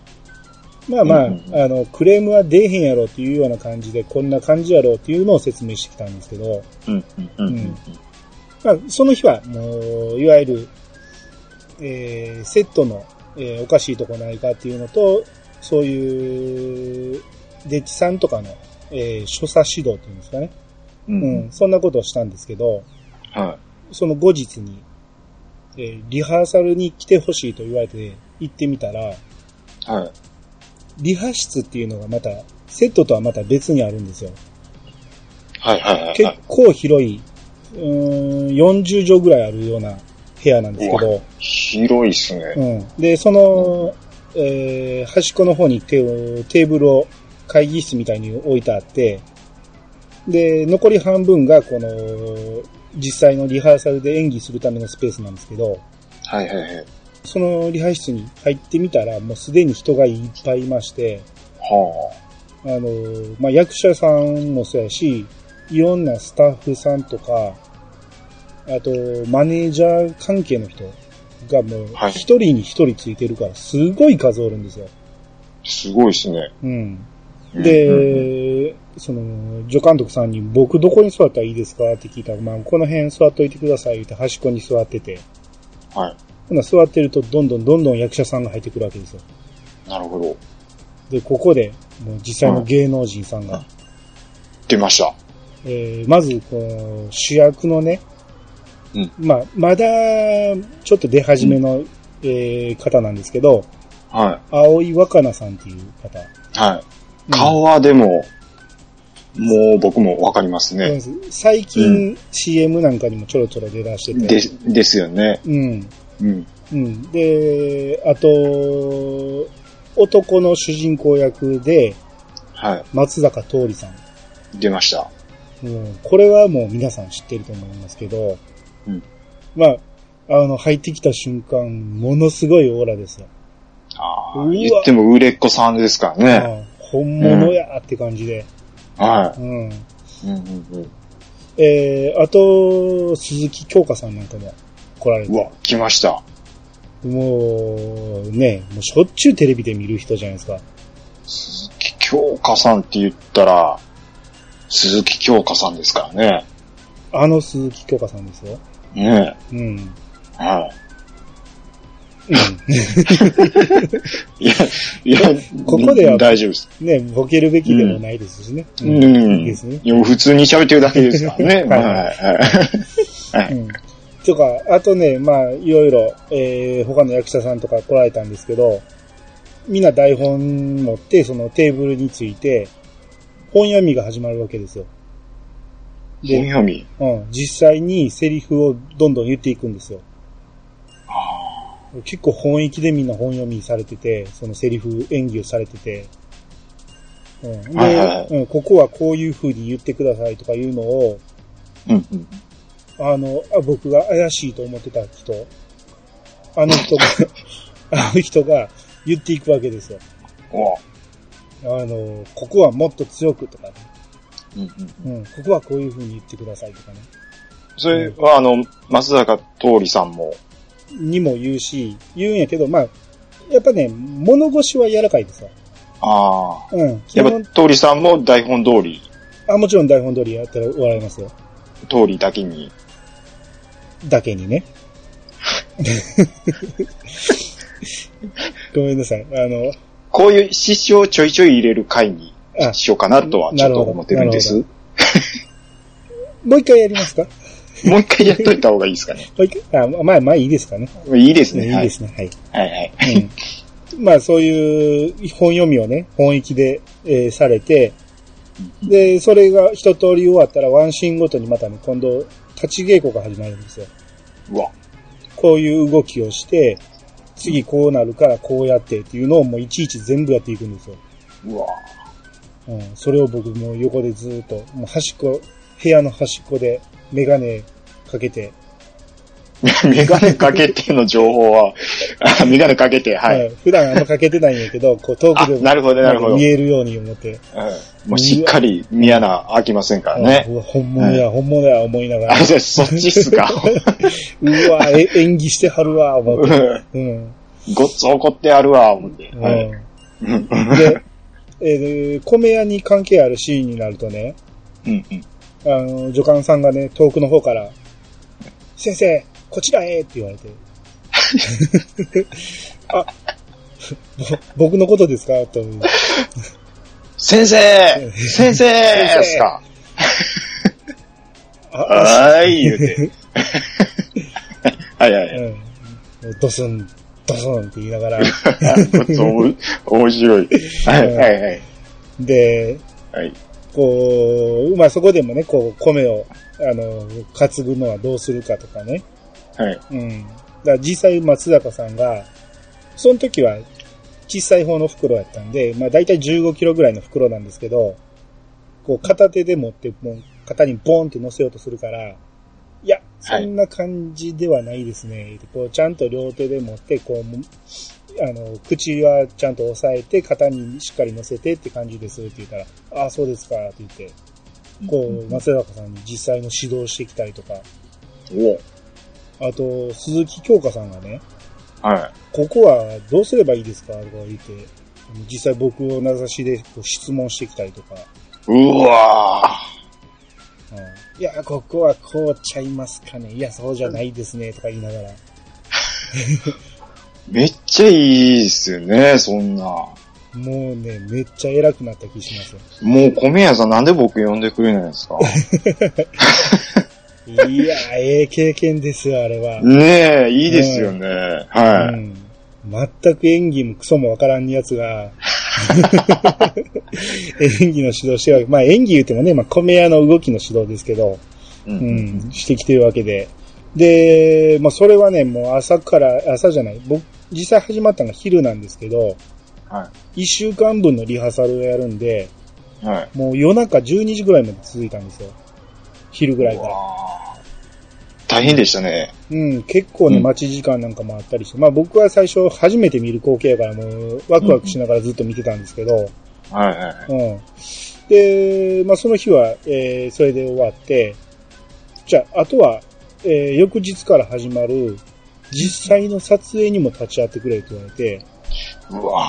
Speaker 1: まあまあ、
Speaker 2: うんうんうん
Speaker 1: あの、クレームは出えへんやろっていうような感じで、こんな感じやろっていうのを説明してきたんですけど、
Speaker 2: うんうんうんうん
Speaker 1: まあ、その日は、もう、いわゆる、えー、セットの、えーおかしいとこないかっていうのと、そういう、デッチさんとかの、えー、所作指導っていうんですかね。
Speaker 2: うん
Speaker 1: う、
Speaker 2: うんん。
Speaker 1: そんなことをしたんですけど、
Speaker 2: は
Speaker 1: その後日に、えーリハーサルに来てほしいと言われて行ってみたら、
Speaker 2: い。はい。
Speaker 1: リハ室っていうのがまた、セットとはまた別にあるんですよ。
Speaker 2: はいはいはい
Speaker 1: 結
Speaker 2: はい。
Speaker 1: 構広い、うーん、40畳ぐらいあるような部屋なんですけど、
Speaker 2: 広いっすね。
Speaker 1: うん。で、その、えー端っこの方に手を、テーブルを会議室みたいに置いてあって、で、残り半分がこの、実際のリハーサルで演技するためのスペースなんですけど、
Speaker 2: はいはいはい。
Speaker 1: そのリハ室に入ってみたら、もうすでに人がいっぱいいまして、
Speaker 2: は
Speaker 1: あのー、まあ、役者さんもそうやし、いろんなスタッフさんとか、あと、マネージャー関係の人がもう、
Speaker 2: はい
Speaker 1: 一人に一人ついてるから、すごい数おるんですよ。
Speaker 2: あ。すごいっすね。
Speaker 1: うん。
Speaker 2: うんうんうん、
Speaker 1: で、その、助監督さんに、僕どこに座ったらいいですかって聞いたら、まあ、この辺座っといてください、って端っこに座ってて。
Speaker 2: は
Speaker 1: ほな、座ってると、どんどんどんどん役者さんが入ってくるわけですよ。
Speaker 2: い。なるほど。
Speaker 1: で、ここで、もう実際の芸能人さんが、
Speaker 2: 出ました。
Speaker 1: えーまず、この主役のね、
Speaker 2: うん
Speaker 1: まあ、まだ、ちょっと出始めの、えー方なんですけど、
Speaker 2: は
Speaker 1: 青井若菜さんっていう方。
Speaker 2: い。はい。顔はでも、もう僕もわかります
Speaker 1: うん
Speaker 2: ね。
Speaker 1: 最近、CM なんかにもちょろちょろ出だして
Speaker 2: で
Speaker 1: て。、
Speaker 2: ですよね。
Speaker 1: うん。
Speaker 2: うん。
Speaker 1: うん。で、あと、男の主人公役で、
Speaker 2: は
Speaker 1: 松坂桃李さん。
Speaker 2: い。出ました。
Speaker 1: うん、これはもう皆さん知ってると思いますけど、
Speaker 2: うん
Speaker 1: まあ、あの、入ってきた瞬間、ものすごいオーラですよ。
Speaker 2: あ
Speaker 1: うわ
Speaker 2: あ、言っても売れっ子さんですからね。
Speaker 1: うん本物やーって感じで。
Speaker 2: は
Speaker 1: うん。
Speaker 2: い。うんうん
Speaker 1: えー、あと、鈴木京香さんなんかも来られ
Speaker 2: うん。う
Speaker 1: て。
Speaker 2: わ、来ました。
Speaker 1: もう、ね、もうしょっちゅうテレビで見る人じゃないですか。
Speaker 2: 鈴木京香さんって言ったら、鈴木京香さんですからね。
Speaker 1: あの鈴木京香さんですよ。
Speaker 2: ね
Speaker 1: うん。うん。
Speaker 2: え。 [laughs] はい。いや、いや、
Speaker 1: ここでは
Speaker 2: 大丈夫です。
Speaker 1: ね、ボケるべきでもないですしね。
Speaker 2: う
Speaker 1: うん
Speaker 2: ん。
Speaker 1: ですね
Speaker 2: いや普通に喋ってるだけですからね。
Speaker 1: [laughs] は
Speaker 2: はいい。はい。はい。
Speaker 1: うん。とか、あとね、まあ、いろいろ、えー、他の役者さんとか来られたんですけど、みんな台本持って、そのテーブルについて、本読みが始まるわけですよ。
Speaker 2: 本
Speaker 1: で、
Speaker 2: 読み。
Speaker 1: うん、実際にセリフをどんどん言っていくんですよ。結構本域でみんな本読みされてて、そのセリフ演技をされてて、うん。で、
Speaker 2: はいはいはい
Speaker 1: うん、ここはこういう風に言ってくださいとかいうのを、
Speaker 2: うんうん。
Speaker 1: あの、あ僕が怪しいと思ってた人、あの
Speaker 2: [laughs]
Speaker 1: 人が、あの人が言っていくわけですよ。
Speaker 2: うわ
Speaker 1: あの、ここはもっと強くとかね。
Speaker 2: うんうん
Speaker 1: うん、ここはこういう風に言ってくださいとかね。
Speaker 2: それは、あの、松坂桃李さんも、
Speaker 1: にも言うし、言うんやけど、まあ、やっぱね、物腰は柔らかいですわ。
Speaker 2: ああ。
Speaker 1: うん。基
Speaker 2: やっぱ
Speaker 1: 本、
Speaker 2: 桃李さんも台本通り、
Speaker 1: あ、もちろん台本通りやったら笑いますよ。
Speaker 2: 通りだけに。
Speaker 1: だけに
Speaker 2: [laughs]
Speaker 1: ね。ごめんなさい。あの、
Speaker 2: こういう詩詞をちょいちょい入れる回に
Speaker 1: あ、
Speaker 2: しようかなとはちょっと思ってるんで
Speaker 1: な
Speaker 2: す。
Speaker 1: もう一回やりますかも
Speaker 2: もう一回やっといた方がいいですかね。
Speaker 1: う一回、あ、まあまあいいですかね。
Speaker 2: [laughs] いいです
Speaker 1: い
Speaker 2: ね。
Speaker 1: い
Speaker 2: はい
Speaker 1: ですね。はい。
Speaker 2: はいはい。
Speaker 1: うんまあそういう本読みをね、本域で、えーされて、で、それが一通り終わったらワンシーンごとにまたね、今度、立ち稽古が始まるんですよ。
Speaker 2: うわ。
Speaker 1: こういう動きをして、次こうなるからこうやってっていうのをもういちいち全部やっていくんですよ。
Speaker 2: うわ。
Speaker 1: うん、それを僕もう横でずーっと、もう端っこ、部屋の端っこでメガネかけて、
Speaker 2: メガネかけての情報は、あメガネかけて、はい。
Speaker 1: うん普段あんまかけてないんやけど、こう遠
Speaker 2: あ
Speaker 1: くで、も
Speaker 2: なるほど、なるほど。
Speaker 1: 見えるように思って、
Speaker 2: うんもうしっかり見穴開きませんからね。
Speaker 1: うわ本物や、本物や思いながら
Speaker 2: あ、、そそっちっす [laughs] か。
Speaker 1: [laughs] うわ、え演技してはるわ、思
Speaker 2: う
Speaker 1: って。
Speaker 2: ん
Speaker 1: うん。
Speaker 2: ごっつ怒ってあるわ、思って。
Speaker 1: うん
Speaker 2: はいうん
Speaker 1: で、えー米屋に関係あるシーンになるとね、
Speaker 2: うんうん
Speaker 1: あの、助監さんがね、遠くの方から、先生、こちらへって言われて。 [laughs] あ、ぼ僕のことですかと思う。
Speaker 2: 先生 [laughs] 先生っすか
Speaker 1: あ、
Speaker 2: はーい、言うて。 [laughs] はいは
Speaker 1: う
Speaker 2: い。
Speaker 1: ん。ドスン、ドスンって言いながら、
Speaker 2: ごっつおも面白い。はいはいはい。
Speaker 1: で、
Speaker 2: はい。
Speaker 1: こう、まあそこでもね、こう、米を、あの、担ぐのはどうするかとかね。
Speaker 2: はい。
Speaker 1: うん。だから実際松坂さんが、その時は小さい方の袋やったんで、まあ大体15キロぐらいの袋なんですけど、こう片手で持って、もう肩にボーンって乗せようとするから、いや、そんな感じではないですね。こうちゃんと両手で持って、こうも、あの、口はちゃんと押さえて、肩にしっかり乗せてって感じですって言ったら、ああ、そうですかって言って、こう、松坂さんに実際の指導してきたりとか、
Speaker 2: お
Speaker 1: あと、鈴木京香さんがね、
Speaker 2: は
Speaker 1: ここはどうすればいいですかとか言って、あの実際僕を名指しでこう質問してきたりとか、
Speaker 2: い。うわ
Speaker 1: うんいや、ここはこうちゃいますかね。いや、そうじゃないですね。とか言いながら。
Speaker 2: ーめっちゃいいっすよね、そんな。
Speaker 1: もうね、めっちゃ偉くなった気しますよ。
Speaker 2: もう米屋さんなんで僕呼んでくれないんですか
Speaker 1: いや、ええ経験ですよ、あれは。
Speaker 2: ねえ、いいですよね。は
Speaker 1: う
Speaker 2: い。
Speaker 1: ん全く演技もクソもわからんやつ [laughs] が、演技の指導してるわけ。まあ演技言ってもね、まあ米屋の動きの指導ですけど、
Speaker 2: うん
Speaker 1: うん、してきてるわけで。で、まあ、それはね、もう朝から、朝じゃない、僕、実際始まったのが昼なんですけど、
Speaker 2: は
Speaker 1: 1週間分のリハーサルをやるんで、
Speaker 2: い。はい。
Speaker 1: もう夜中12時ぐらいまで続いたんですよ。昼ぐらいから。
Speaker 2: わー大変でしたね。
Speaker 1: うん、結構ね、
Speaker 2: うん
Speaker 1: 待ち時間なんかもあったりして、まあ僕は最初初めて見る光景やからもうワクワクしながらずっと見てたんですけど、
Speaker 2: はいはいはい。
Speaker 1: うん。で、まあその日は、えーそれで終わって、じゃあ、あとは、えー翌日から始まる実際の撮影にも立ち会ってくれと言われて、
Speaker 2: うわ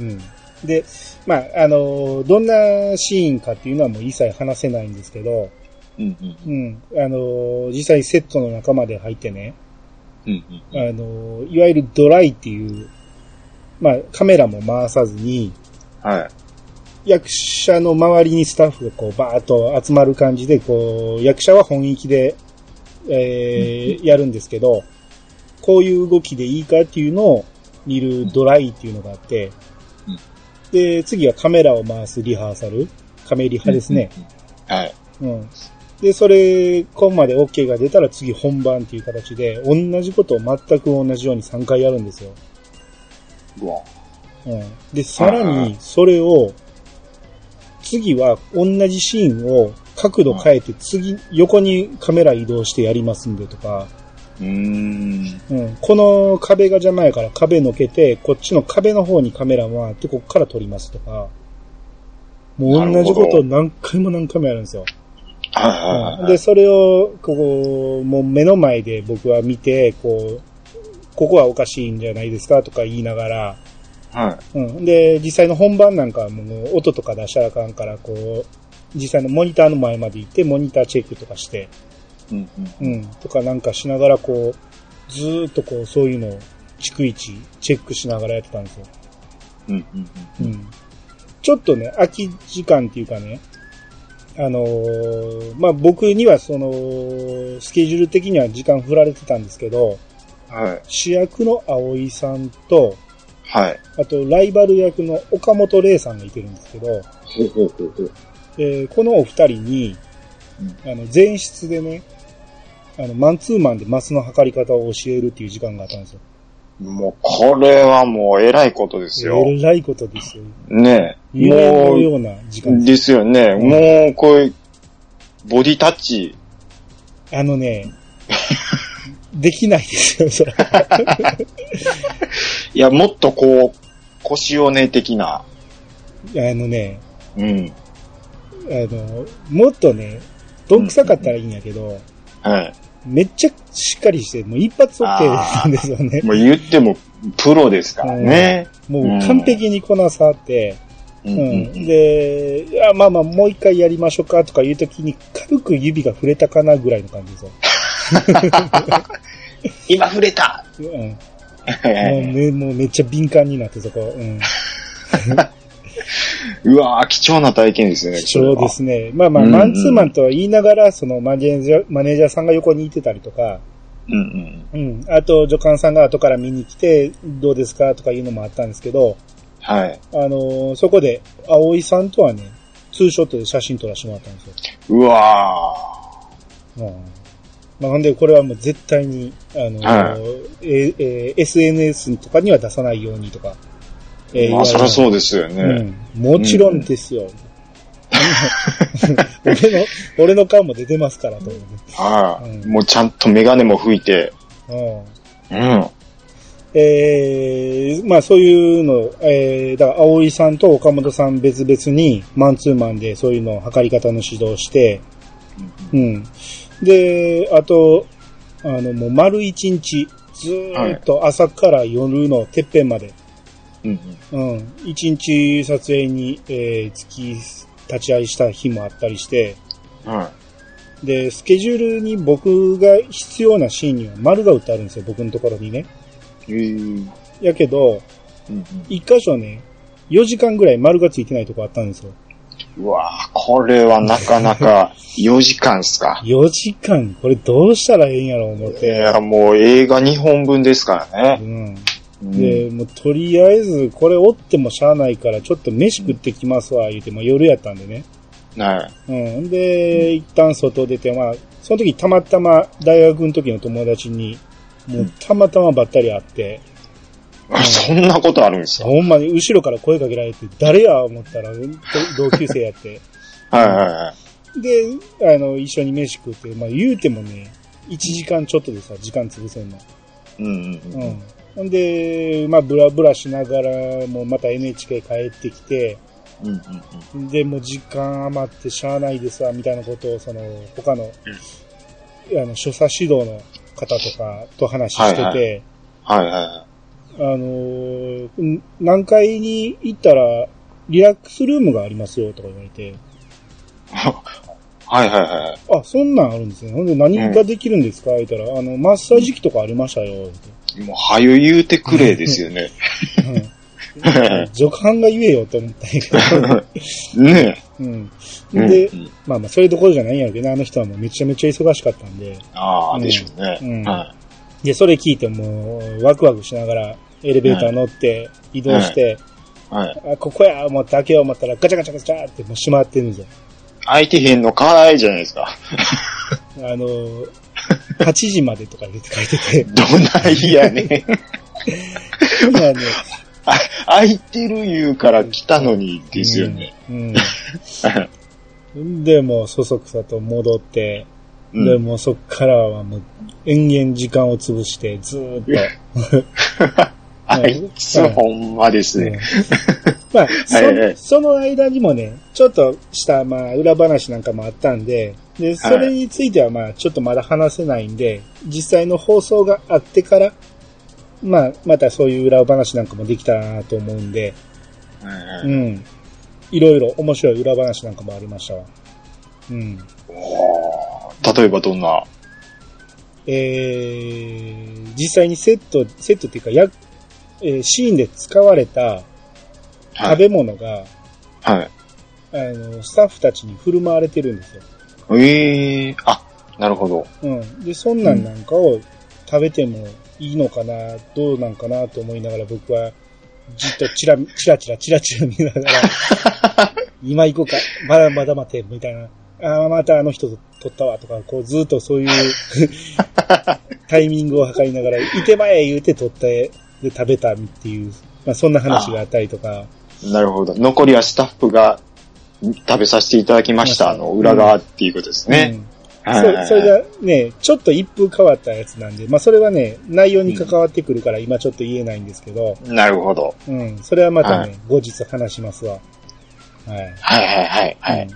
Speaker 1: うん。で、まあ、あのーどんなシーンかっていうのはもう一切話せないんですけど、
Speaker 2: ーうんうん
Speaker 1: うん。あのー実際セットの中まで入ってね、
Speaker 2: うんうん
Speaker 1: あの、いわゆるドライっていう、まあカメラも回さずに、
Speaker 2: はい。
Speaker 1: 役者の周りにスタッフがこうバーッと集まる感じで、こう、役者は本域で、えー、やるんですけど、こういう動きでいいかっていうのを見るドライっていうのがあって
Speaker 2: うん、
Speaker 1: で、次はカメラを回すリハーサル、カメリハですね。。
Speaker 2: はい。
Speaker 1: うん。で、それ、ここまで OK が出たら次本番っていう形で、同じことを全く同じように3回やるんですよ。
Speaker 2: うわ
Speaker 1: うんで、さら
Speaker 2: はい
Speaker 1: に、それを、次は同じシーンを角度変えて、次、横にカメラ移動してやりますんでとか、
Speaker 2: うーん。
Speaker 1: うん、この壁が邪魔やから壁のけて、こっちの壁の方にカメラ回って、こっから撮りますとか、もう
Speaker 2: な
Speaker 1: 同
Speaker 2: る
Speaker 1: じ
Speaker 2: ほど
Speaker 1: ことを何回も何回もやるんですよ。
Speaker 2: はいはいはい。
Speaker 1: で、それを、ここ、もう目の前で僕は見て、こう、ここはおかしいんじゃないですかとか言いながら、
Speaker 2: はい。
Speaker 1: うん。で、実際の本番なんかはもう音とか出したらあかんから、こう、実際のモニターの前まで行って、モニターチェックとかして、
Speaker 2: うん
Speaker 1: う
Speaker 2: うん
Speaker 1: ん、とかなんかしながら、こう、ずーっとこう、そういうのを、逐一、チェックしながらやってたんですよ。
Speaker 2: うんうん
Speaker 1: う
Speaker 2: うん
Speaker 1: ん。ちょっとね、空き時間っていうかね、あのーまあ、僕にはその、スケジュール的には時間振られてたんですけど、
Speaker 2: はい。
Speaker 1: 主役の葵さんと、
Speaker 2: はい。
Speaker 1: あと、ライバル役の岡本玲さんがいてるんですけど、
Speaker 2: ほうほうほうほう。
Speaker 1: えーこのお二人に、あの、前室でね、あの、マンツーマンでマスの測り方を教えるっていう時間があったんですよ。
Speaker 2: もう、これはもう、えらいことですよ。
Speaker 1: えらいことですよ。
Speaker 2: ねえ。
Speaker 1: 夢の
Speaker 2: も
Speaker 1: ような時間
Speaker 2: う、
Speaker 1: です。
Speaker 2: ですよね。
Speaker 1: うん
Speaker 2: もう、こういう、ボディタッチ。
Speaker 1: あの
Speaker 2: [laughs]
Speaker 1: ね、できないですよ、それ。
Speaker 2: いや、もっとこう、腰をね、的な。
Speaker 1: あのね、
Speaker 2: うん。
Speaker 1: あの、もっとね、どんくさかったらいいんやけど、
Speaker 2: はい。
Speaker 1: めっちゃしっかりして、もう一発 OK なんですよね。
Speaker 2: もう言っても、プロですからね。
Speaker 1: もう完璧にこなさって、
Speaker 2: う
Speaker 1: うん、で、いやまあまあ、もう一回やりましょうかとかいうときに、軽く指が触れたかなぐらいの感じですよ。
Speaker 2: 今触れた
Speaker 1: うん、も
Speaker 2: は
Speaker 1: う
Speaker 2: い
Speaker 1: めもうめっちゃ敏感になって、そこ。うん。
Speaker 2: [laughs] うわぁ、貴重な体験ですね。
Speaker 1: そうですね。まあまあ、
Speaker 2: うん
Speaker 1: マンツーマンとは言いながら、そのマネージャー、マネージャーさんが横にいてたりとか、
Speaker 2: それは。うん
Speaker 1: うん。あと、助監さんが後から見に来て、どうですかとかいうのもあったんですけど、
Speaker 2: うん。はい。
Speaker 1: あのーそこで、葵さんとはね、ツーショットで写真撮らせてもらったんですよ。
Speaker 2: うわ
Speaker 1: うんまあ、なんで、これはもう絶対に、あの
Speaker 2: は
Speaker 1: ええー SNS とかには出さないようにとか。
Speaker 2: ぁ。まあ、そりゃ
Speaker 1: う
Speaker 2: そうですよね。
Speaker 1: うん。もちろんですよ。 [laughs] 俺の、俺の顔も出てますからと思
Speaker 2: は
Speaker 1: う
Speaker 2: い。
Speaker 1: ん
Speaker 2: もうちゃんとメガネも拭いて。
Speaker 1: って。
Speaker 2: うん。
Speaker 1: うん。えー、まあそういうの、えー、だから、葵さんと岡本さん別々に、マンツーマンでそういうのを測り方の指導をして、うん。で、あと、あの、もう丸一日、ずーっと朝から夜のてっぺんまで、
Speaker 2: うんうん。
Speaker 1: うん。一日撮影に、えー、月、立ち会いした日もあったりして、
Speaker 2: は
Speaker 1: で、スケジュールに僕が必要なシーンには丸が打ってあるんですよ、僕のところにね。
Speaker 2: い。うん
Speaker 1: やけど、
Speaker 2: うん
Speaker 1: 一箇所ね、4時間ぐらい丸がついてないとこあったんですよ。
Speaker 2: うわぁ、これはなかなか
Speaker 1: [laughs]
Speaker 2: 4時間っすか。
Speaker 1: 4時間これどうしたらええんやろう思っ
Speaker 2: い
Speaker 1: て。
Speaker 2: や、もう映画2本分ですから
Speaker 1: う
Speaker 2: ね。
Speaker 1: ん。
Speaker 2: うん
Speaker 1: で、もうとりあえず、これ折ってもしゃあないから、ちょっと飯食ってきますわ、言うて、まあ夜やったんでね。
Speaker 2: は
Speaker 1: う
Speaker 2: い。
Speaker 1: ん。で、一旦外出て、まあ、その時たまたま大学の時の友達に、もうたまたまばったり会って、
Speaker 2: [laughs] そんなことあるんですか
Speaker 1: ほんまに後ろから声かけられて、誰や思ったら、同級生やって。 [laughs]
Speaker 2: はいはいはい。
Speaker 1: で、あの、一緒に飯食って、まあ言うてもね、1時間ちょっとでさ、時間潰せんの。
Speaker 2: うんうんうん。
Speaker 1: うん。んで、まあ、ブラブラしながら、もうまた NHK 帰ってきて、
Speaker 2: うんうんうん。
Speaker 1: で、もう時間余ってしゃあないでさ、みたいなことを、その、他の、あの、所作指導の方とかと話してて、
Speaker 2: はいはいはいは
Speaker 1: あのーん何階に行ったら、リラックスルームがありますよ、とか言われて、
Speaker 2: い。はいはいはい。
Speaker 1: あ、そんなんあるんですね。ほんで、何ができるんですか、言ったら、あの、マッサージ機とかありましたよ、って。
Speaker 2: もう、はよ言うてくれですよね。 [laughs]
Speaker 1: うん助監が言えよと思ったんやけど。
Speaker 2: ね
Speaker 1: うん。
Speaker 2: え。うん
Speaker 1: で
Speaker 2: う、ん
Speaker 1: まあまあ、そういうところじゃないんやろうけどね、あの人はもうめちゃめちゃ忙しかったんで。
Speaker 2: ああ、でしょう
Speaker 1: うん
Speaker 2: ね。は
Speaker 1: で、それ聞いてもう、ワクワクしながら、エレベーター乗って、移動して、
Speaker 2: い。はい。
Speaker 1: あ、ここや、思って開けよう思ったら、ガチャガチャガチャってもう閉まってるんですよ。
Speaker 2: 空いてへんのかーいじゃないですか。 [laughs]
Speaker 1: あのー、8時までとか言って書い
Speaker 2: [laughs]
Speaker 1: てて、
Speaker 2: どないや
Speaker 1: [laughs]
Speaker 2: ね。
Speaker 1: 今ね、
Speaker 2: あ空いてる言うから来たのにですよね。
Speaker 1: うん。うん。で、もう、そそくさと戻って、
Speaker 2: うん
Speaker 1: で、もうそっからはもう、延々時間を潰して、ずーっと。
Speaker 2: あいつほんまです [laughs] ね。
Speaker 1: まあ、そ
Speaker 2: はいはい
Speaker 1: その間にもね、ちょっとした、まあ、裏話なんかもあったんで、で、それについてはまあ、ちょっとまだ話せないんで、実際の放送があってから、まあ、またそういう裏話なんかもできたらなと思うんで、
Speaker 2: はいは
Speaker 1: う
Speaker 2: い
Speaker 1: ん。いろいろ面白い裏話なんかもありましたわ。うん。
Speaker 2: おー例えばどんな
Speaker 1: えー、実際にセット、セットっていうか、や、えーシーンで使われた
Speaker 2: は
Speaker 1: 食
Speaker 2: い。
Speaker 1: べ物が、
Speaker 2: はい。
Speaker 1: あの、スタッフたちに振る舞われてるんですよ。
Speaker 2: ええー、あ、なるほど。
Speaker 1: うん。で、そんなんなんかを食べてもいいのかな、どうなんかなと思いながら僕は、じっとチラ、 [laughs] チラチラチラチラ見ながら、今行こうか、まだまだ待て、みたいな。ああ、またあの人と撮ったわ、とか、こうずっとそういうタイミングを測りながら、いてまえ言うて撮って、で食べたっていう、まあそんな話があったりとか、
Speaker 2: なるほど。残りはスタッフが食べさせていただきました。あの、裏側っていうことです
Speaker 1: う
Speaker 2: ね。
Speaker 1: ん
Speaker 2: はいはいはい
Speaker 1: そそれがね、ちょっと一風変わったやつなんで、まあそれはね、内容に関わってくるから今ちょっと言えないんですけど、
Speaker 2: なるほど。
Speaker 1: うん、それはまたね、
Speaker 2: はい
Speaker 1: 後日話しますわ。はい。
Speaker 2: はいはいはいは
Speaker 1: う
Speaker 2: い
Speaker 1: ん。っ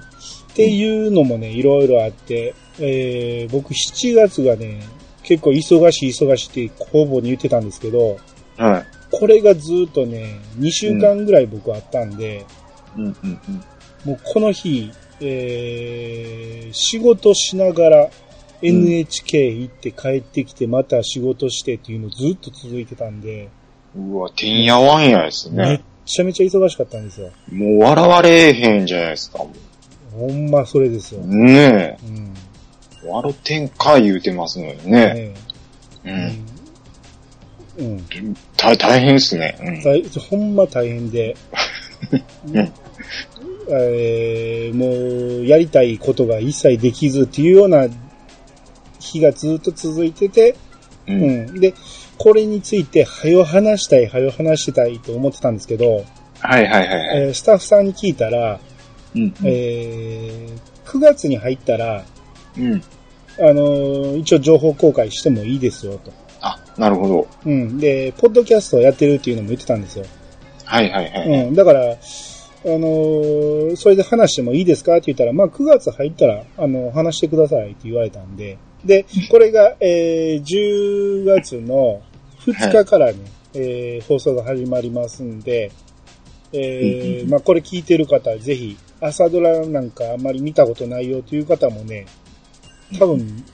Speaker 1: ていうのもね、いろいろあって、えー、僕7月がね、結構忙しい忙しいって方々に言ってたんですけど、
Speaker 2: はい。
Speaker 1: これがずっとね、2週間ぐらい僕あったんで、
Speaker 2: うんうんうん。
Speaker 1: もうこの日、えー、仕事しながら NHK 行って帰ってきてまた仕事してっていうのずっと続いてたんで、
Speaker 2: うわ、てんやわんやです
Speaker 1: めっ
Speaker 2: ね。
Speaker 1: ちゃめちゃ忙しかったんですよ。
Speaker 2: もう笑われへんじゃないですか。も
Speaker 1: ほんまそれですよ。
Speaker 2: うね
Speaker 1: うん。
Speaker 2: え。笑てんかい言うてますのにね。
Speaker 1: ね
Speaker 2: う
Speaker 1: え
Speaker 2: ん。
Speaker 1: うん。
Speaker 2: 大大変ですね。うん
Speaker 1: 大ほんま大変
Speaker 2: [laughs]
Speaker 1: で。
Speaker 2: ん
Speaker 1: えーもう、やりたいことが一切できずっていうような日がずっと続いてて、
Speaker 2: うん。うん。
Speaker 1: うん。で、これについて、はよ話したい、はよ話したいと思ってたんですけど、
Speaker 2: はいはいはいはい。
Speaker 1: えースタッフさんに聞いたら、
Speaker 2: うん
Speaker 1: えー9月に入ったら、
Speaker 2: うん。
Speaker 1: あのー一応情報公開してもいいですよ、と。
Speaker 2: あ、なるほど。
Speaker 1: うん。で、ポッドキャストをやってるっていうのも言ってたんですよ。
Speaker 2: はいはいはい。
Speaker 1: うん。だから、あのーそれで話してもいいですかって言ったら、まあ、9月入ったら、あの話してくださいって言われたんで。で、これが、えー10月の2日からね、えー放送が始まりますんで、
Speaker 2: うんうん
Speaker 1: え
Speaker 2: う
Speaker 1: ー
Speaker 2: ん
Speaker 1: まあ、これ聞いてる方、ぜひ、朝ドラなんかあんまり見たことないよという方もね、多分、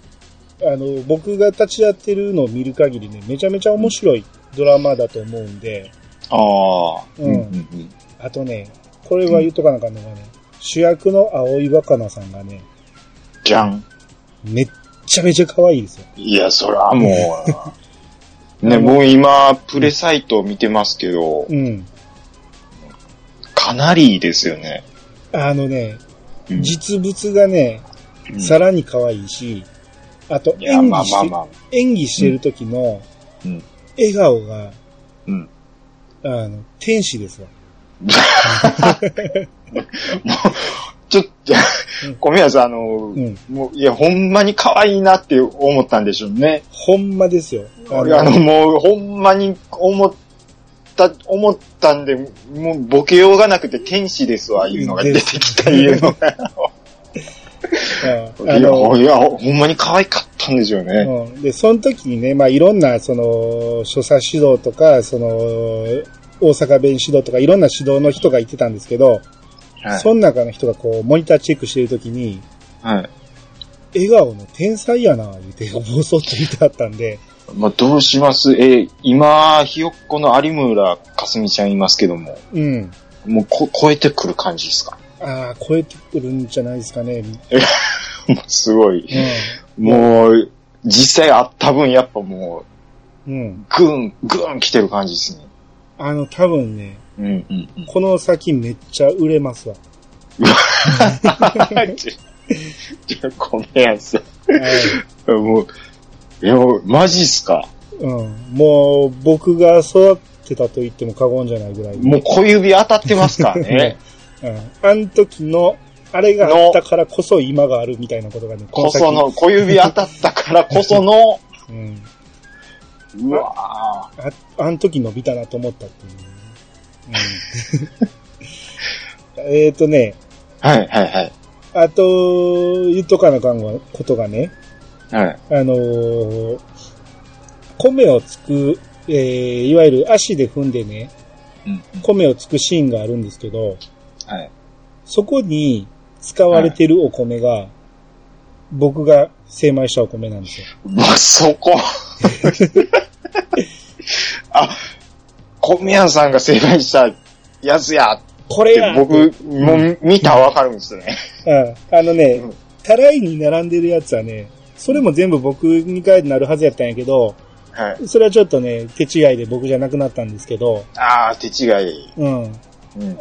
Speaker 1: あの、僕が立ち会ってるのを見る限りね、めちゃめちゃ面白いドラマだと思うんで、
Speaker 2: ああ。
Speaker 1: うん
Speaker 2: うん。
Speaker 1: あとね、これは言っとかなあかんのがね、主役の青井若菜さんがね、
Speaker 2: じゃん。
Speaker 1: めっちゃめちゃ可愛いですよ。
Speaker 2: いや、そらも
Speaker 1: [laughs]
Speaker 2: う、ね、もう今、プレサイト見てますけど、
Speaker 1: うん。
Speaker 2: かなりいいですよね。
Speaker 1: あのね、
Speaker 2: うん
Speaker 1: 実物がね、
Speaker 2: うん
Speaker 1: さらに可愛いし、あと
Speaker 2: いや、
Speaker 1: 演
Speaker 2: まあ
Speaker 1: 技し
Speaker 2: まあ
Speaker 1: て
Speaker 2: まあ、
Speaker 1: 演技してる時の
Speaker 2: うんうん
Speaker 1: 笑顔が
Speaker 2: うん。
Speaker 1: あの、天使ですわ。
Speaker 2: ちょっと、ごめんなさい、あの
Speaker 1: う、ん。
Speaker 2: もう、いや、ほんまに可愛いなって思ったんでしょうね。
Speaker 1: ほんまですよ。あ
Speaker 2: あの、もう、ほんまに思った、思ったんで、もう、ボケようがなくて天使ですわ、いうのが出てきた、いうのが。
Speaker 1: あ
Speaker 2: いや、
Speaker 1: の
Speaker 2: ほいやほんまに可愛かったんですよね。
Speaker 1: うん、で、その時にね、まあ、いろんな、その、所作指導とか、その、大阪弁指導とか、いろんな指導の人がいてたんですけど、
Speaker 2: はい。
Speaker 1: その中の人がこう、モニターチェックしてる時に、
Speaker 2: はい。
Speaker 1: 笑顔の天才やな、言って、暴走って言ってあったんで、
Speaker 2: まあ、どうしますえー今、ひよっこの有村かすみちゃんいますけども、
Speaker 1: うん。
Speaker 2: もうこ、超えてくる感じですか
Speaker 1: ああ、超えてくるんじゃないですかね。
Speaker 2: もうすごい。
Speaker 1: う
Speaker 2: もう、実際あった分、やっぱも
Speaker 1: ん。うん
Speaker 2: う、。ぐん、ぐん来てる感じですね。
Speaker 1: あの、多分ね、
Speaker 2: うん、 [laughs] うん、うん。
Speaker 1: この先めっちゃ売れますわ。
Speaker 2: ちょちょごめんなさ。
Speaker 1: はい
Speaker 2: [laughs] もう、いや、もうマジっすか。
Speaker 1: い。うん。もう、僕が育てたと言っても過言じゃないぐらい。
Speaker 2: もう小指当たってますから [laughs] ね。
Speaker 1: うん。あの時の、あれがあったからこそ今があるみたいなことがね、
Speaker 2: こ
Speaker 1: 先
Speaker 2: その、小指当たった [laughs] からこその、
Speaker 1: うん。
Speaker 2: うわ
Speaker 1: あ、あの時伸びたなと思ったっていうね、うん。 [laughs] えっとね、
Speaker 2: ぁ。はい、はい、はい。
Speaker 1: あと、言っとかなあかんことがね、
Speaker 2: はい。
Speaker 1: あのー米をつく、えーいわゆる足で踏んでね、
Speaker 2: うんうん、
Speaker 1: 米をつくシーンがあるんですけど、
Speaker 2: はい。
Speaker 1: そこに使われてるお米が、僕が精米したお米なんですよ。
Speaker 2: まあ、そこ。あ、小宮さんが正解したやつやっ
Speaker 1: これ
Speaker 2: て
Speaker 1: や
Speaker 2: 僕、もう見たらわかるんですね。
Speaker 1: うんあのね
Speaker 2: うん、
Speaker 1: たらいに並んでるやつはね、それも全部僕に書いてなるはずやったんやけど、
Speaker 2: はい。
Speaker 1: それはちょっとね、手違いで僕じゃなくなったんですけど、
Speaker 2: ああ、手違い。
Speaker 1: うん。
Speaker 2: うん。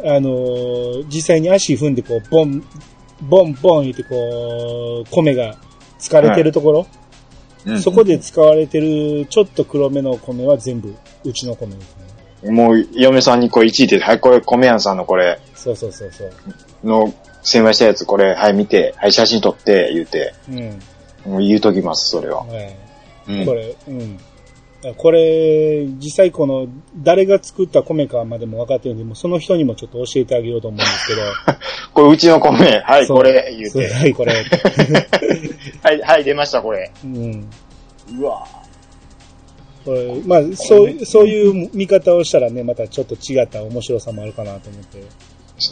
Speaker 1: あのー実際に足踏んでこう、ボン、ボンボン言ってこう、米が疲れてるところ、
Speaker 2: うん
Speaker 1: そこで使われてるちょっと黒めのお米は全部うちの米ですね。
Speaker 2: もう、嫁さんにこれいちいち、はい、これ、米屋さんのこれ、
Speaker 1: そうそうそうそう。
Speaker 2: の、精米したやつ、これ、はい、見て、はい、写真撮って、言うて、
Speaker 1: うん。
Speaker 2: もう言うときます、それは。
Speaker 1: はい。
Speaker 2: うん
Speaker 1: これ、うん。これ、実際この、誰が作った米かまでも分かってるんで、もうその人にもちょっと教えてあげようと思うんです
Speaker 2: [laughs]
Speaker 1: けど。
Speaker 2: これ、うちの米、はい、
Speaker 1: そう
Speaker 2: これ、言う
Speaker 1: そう
Speaker 2: て、
Speaker 1: はい、これ。
Speaker 2: はい、はい、出ました、これ。
Speaker 1: うん。
Speaker 2: うわ
Speaker 1: これまあ、そう、そういう見方をしたらね、またちょっと違った面白さもあるかなと思って。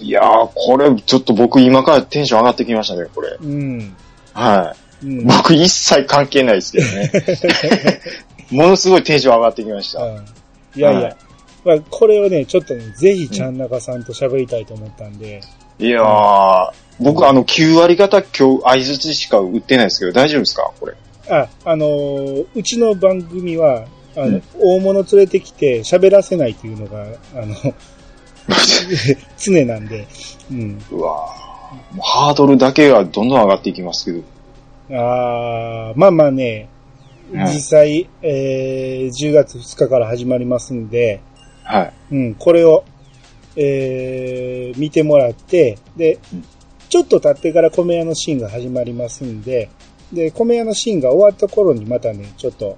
Speaker 2: いやー、これ、ちょっと僕、今からテンション上がってきましたね、これ。
Speaker 1: うん。
Speaker 2: は
Speaker 1: う
Speaker 2: い。
Speaker 1: ん。
Speaker 2: 僕、一切関係ないですけどね。
Speaker 1: [laughs]
Speaker 2: ものすごいテンション上がってきました。
Speaker 1: うんいやい
Speaker 2: は
Speaker 1: や
Speaker 2: い。
Speaker 1: まあ、これをね、ちょっとね、ぜひ、ちゃんなかさんと喋りたいと思ったんで、
Speaker 2: いやー、僕、あの、9割方今日、相槌しか打ってないですけど、大丈夫ですかこれ。
Speaker 1: あ、あのーうちの番組は、あの、
Speaker 2: うん
Speaker 1: 大物連れてきて喋らせないというのが、あの、 [laughs] 常なんで、うん。
Speaker 2: うわぁ。もうハードルだけがどんどん上がっていきますけど。
Speaker 1: あーまあまあね、
Speaker 2: うん
Speaker 1: 実際、えー10月2日から始まりますんで、
Speaker 2: はい。
Speaker 1: うん、これを、えー見てもらって、で
Speaker 2: うん、
Speaker 1: ちょっと経ってから米屋のシーンが始まりますんで、で、米屋のシーンが終わった頃にまたね、ちょっと、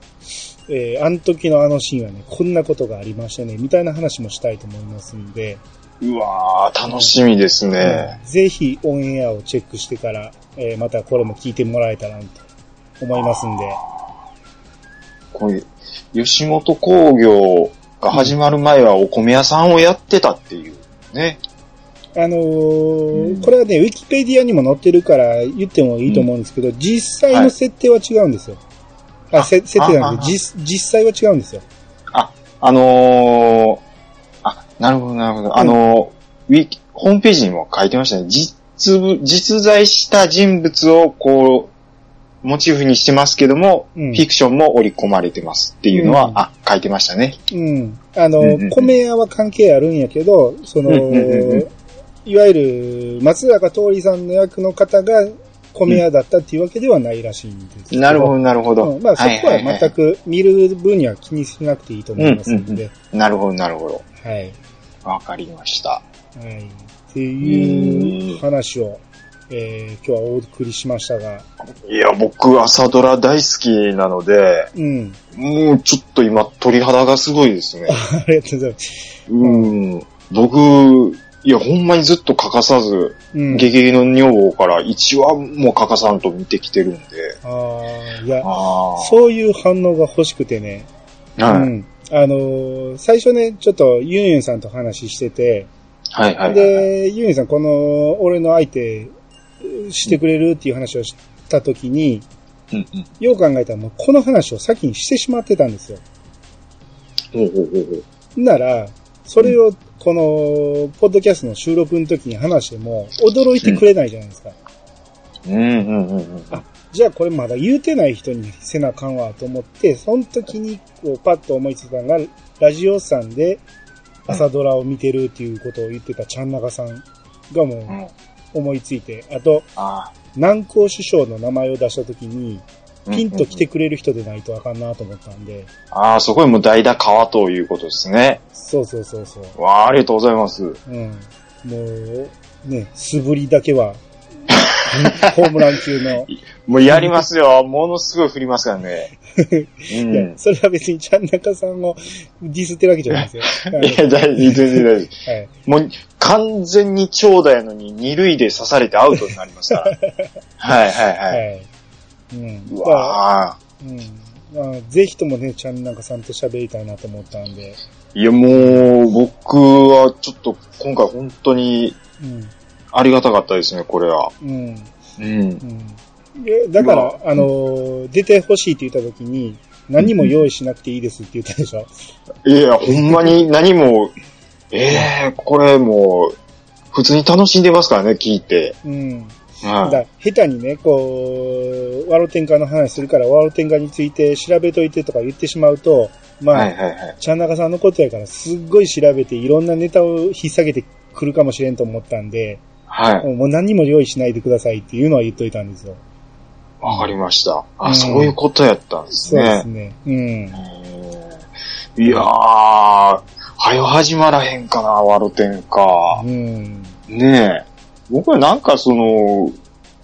Speaker 1: えーあの時のあのシーンはね、こんなことがありましたね、みたいな話もしたいと思いますんで、
Speaker 2: うわぁ、楽しみですね。
Speaker 1: ぜひオンエアをチェックしてから、えーまたこれも聞いてもらえたらなと思いますんで、
Speaker 2: こういう、吉本工業が始まる前はお米屋さんをやってたっていうね。
Speaker 1: あのー
Speaker 2: うん
Speaker 1: これはね、ウィキペディアにも載ってるから言ってもいいと思うんですけど、実際の設定は違うんですよ。あ、せ設定なん
Speaker 2: あ
Speaker 1: で
Speaker 2: あ
Speaker 1: 実、実際は違うんですよ。
Speaker 2: あのー、あ、なるほど、なるほど。あのー、ウィキ、ホームページにも書いてましたね。実物、実在した人物をこう、モチーフにしてますけども、
Speaker 1: うん
Speaker 2: フィクションも織り込まれてますっていうのは、
Speaker 1: うん
Speaker 2: あ、書いてましたね。
Speaker 1: うん。あの、
Speaker 2: うんうんうん
Speaker 1: 米屋は関係あるんやけど、その、
Speaker 2: うんうんうんう
Speaker 1: いわゆる松坂桃李さんの役の方が米屋だったっていうわけではないらしいんですけ
Speaker 2: なるほど、なるほ
Speaker 1: う
Speaker 2: ど。
Speaker 1: んまあそこ
Speaker 2: い
Speaker 1: はい
Speaker 2: い
Speaker 1: 全く見る分には気にしなくていいと思いますので、
Speaker 2: うんうんなるほど、なるほど。
Speaker 1: はい。
Speaker 2: わかりました。
Speaker 1: はい。っていう話を、えー、今日はお送りしましたが、
Speaker 2: いや、僕、朝ドラ大好きなので、
Speaker 1: うん。 [laughs]
Speaker 2: もうちょっと今、鳥肌がすごいですね。
Speaker 1: ありが [laughs] とうございます。
Speaker 2: うん。僕、いや、ほんまにずっと欠かさず、
Speaker 1: うん。
Speaker 2: ゲゲゲの女房から1話も欠かさんと見てきてるんで。
Speaker 1: あーいや、
Speaker 2: ああ。
Speaker 1: そういう反応が欲しくてね、
Speaker 2: は
Speaker 1: う
Speaker 2: い。
Speaker 1: ん。あのー最初ね、ちょっとユンユンさんと話してて、
Speaker 2: はいはいはいはい。
Speaker 1: で、ユンユンさん、この、俺の相手、してくれるっていう話をしたときに、
Speaker 2: うんうん。
Speaker 1: よう考えたらもうこの話を先にしてしまってたんですよ。
Speaker 2: ほうほうほうほう。
Speaker 1: なら、それをこの、ポッドキャストの収録の時に話しても、驚いてくれないじゃないですか。
Speaker 2: うんうんうんうん。
Speaker 1: あじゃあこれまだ言うてない人にせなあかんわと思って、その時にこうパッと思いついたのが、ラジオさんで朝ドラを見てるっていうことを言ってたちゃんなかさんが
Speaker 2: う
Speaker 1: も
Speaker 2: ん。
Speaker 1: う思いついて、あと、
Speaker 2: あ
Speaker 1: 南高首相の名前を出した時に、
Speaker 2: ー
Speaker 1: ピンと来て
Speaker 2: うんうんうん
Speaker 1: くれる人でないとあかんなと思ったんで、
Speaker 2: ああ、そこにもう代打川ということですね。
Speaker 1: そうそうそうそう。
Speaker 2: わあ、ありがとうございます。
Speaker 1: うん。もう、ね、素振りだけは、 [laughs] ホームラン級の。
Speaker 2: もうやりますよ。ものすごい振りますか
Speaker 1: [laughs]
Speaker 2: らね。う
Speaker 1: いや
Speaker 2: ん。
Speaker 1: それは別にちゃんなかさんをディスってるわけじゃない
Speaker 2: [laughs]
Speaker 1: ですよ。
Speaker 2: いや、大事、全然大事。
Speaker 1: はい。
Speaker 2: もう完全に長打やのに二塁で刺されてアウトにな
Speaker 1: [laughs]
Speaker 2: りますから。はいはいはい。
Speaker 1: はい。うん。
Speaker 2: う
Speaker 1: だから
Speaker 2: わあ。
Speaker 1: うん。まあ、ぜひともね、ちゃんなんかさんと喋りたいなと思ったんで。
Speaker 2: いやもう、僕はちょっと今回本当に
Speaker 1: うん。
Speaker 2: ありがたかったですね、これは。
Speaker 1: うん。
Speaker 2: う
Speaker 1: う。
Speaker 2: ん
Speaker 1: ん。でだから、
Speaker 2: まあ
Speaker 1: あのー出てほしいって言った時に、何も用意しなくていいですって言ったでしょ。
Speaker 2: いや、ほんまに何も、ええこれもう、普通に楽しんでますからね、聞いて。
Speaker 1: うん。だか
Speaker 2: は
Speaker 1: ら下手にね、こう、ワロテンカの話するから、ワロテンカについて調べといてとか言ってしまうと、
Speaker 2: い。
Speaker 1: まあ、
Speaker 2: はいはいはい。
Speaker 1: ちゃんなかさんのことやから、すっごい調べて、いろんなネタを引っ提げてくるかもしれんと思ったんで、
Speaker 2: はい。
Speaker 1: もう何も用意しないでくださいっていうのは言っといたんですよ。
Speaker 2: わかりました。あ、
Speaker 1: うん
Speaker 2: そういうことやったんです
Speaker 1: そうで
Speaker 2: ね
Speaker 1: す。ね。うん。
Speaker 2: えーいやー、はよ始まらへんかな、ワロテンか。
Speaker 1: うん。
Speaker 2: ねえ。僕はなんかその、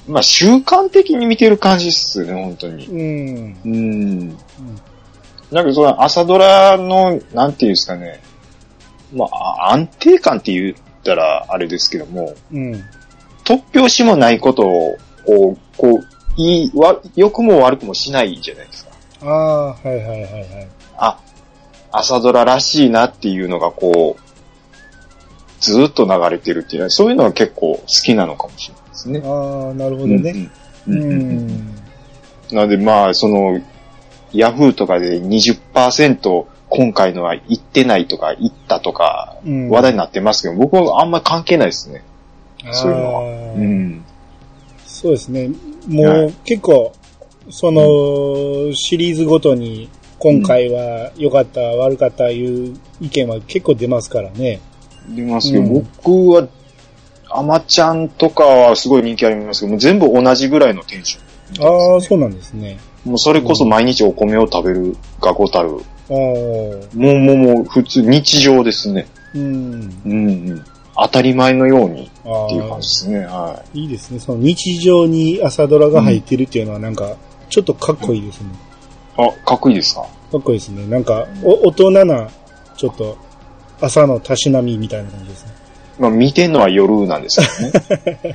Speaker 2: まあ、習慣的に見てる感じっすね、本当に。
Speaker 1: うん。
Speaker 2: うん。なんかその朝ドラの、なんていうんですかね。まあ、安定感って言ったらあれですけども、
Speaker 1: うん。
Speaker 2: 突拍子もないことを、こう、こう、いい、わ、良くも悪くもしないじゃないですか。
Speaker 1: ああ、はいはいはいはい。
Speaker 2: あ、朝ドラらしいなっていうのがこう、ずーっと流れてるっていうのは、そういうのは結構好きなのかもしれないですね。
Speaker 1: ああ、なるほどね。
Speaker 2: う
Speaker 1: うんん。
Speaker 2: う
Speaker 1: う
Speaker 2: んうんうん
Speaker 1: ん。
Speaker 2: なのでまあ、その、ヤフーとかで20%今回のは行ってないとか行ったとか
Speaker 1: うん
Speaker 2: 話題になってますけど、僕はあんまり関係ないですね。そういうのは
Speaker 1: あー
Speaker 2: うん。
Speaker 1: そうですね。もう、
Speaker 2: はい
Speaker 1: 結構、その、シリーズごとに、今回は良かった、悪かったいう意見は結構出ますからね。
Speaker 2: 出ますけ
Speaker 1: う
Speaker 2: ど、
Speaker 1: ん
Speaker 2: 僕は、アマちゃんとかはすごい人気ありますけど、もう全部同じぐらいのテンションですね、
Speaker 1: ああ、そうなんですね。
Speaker 2: もうそれこそ毎日お米を食べるがごたる
Speaker 1: ああ、
Speaker 2: もうもうもう普通、日常ですね。
Speaker 1: うん。
Speaker 2: うんうん。当たり前のように
Speaker 1: あ
Speaker 2: っていう感
Speaker 1: あ
Speaker 2: じで、すね。はい
Speaker 1: いですね。その日常に朝ドラが入ってるっていうのはなんか、ちょっとかっこいいですね。
Speaker 2: い。あ、かっこいいですか
Speaker 1: かっこいいですね。なんか、お大人な、ちょっと、朝のたしなみみたいな感じですね。
Speaker 2: まあ見てんのは夜なんですけどね。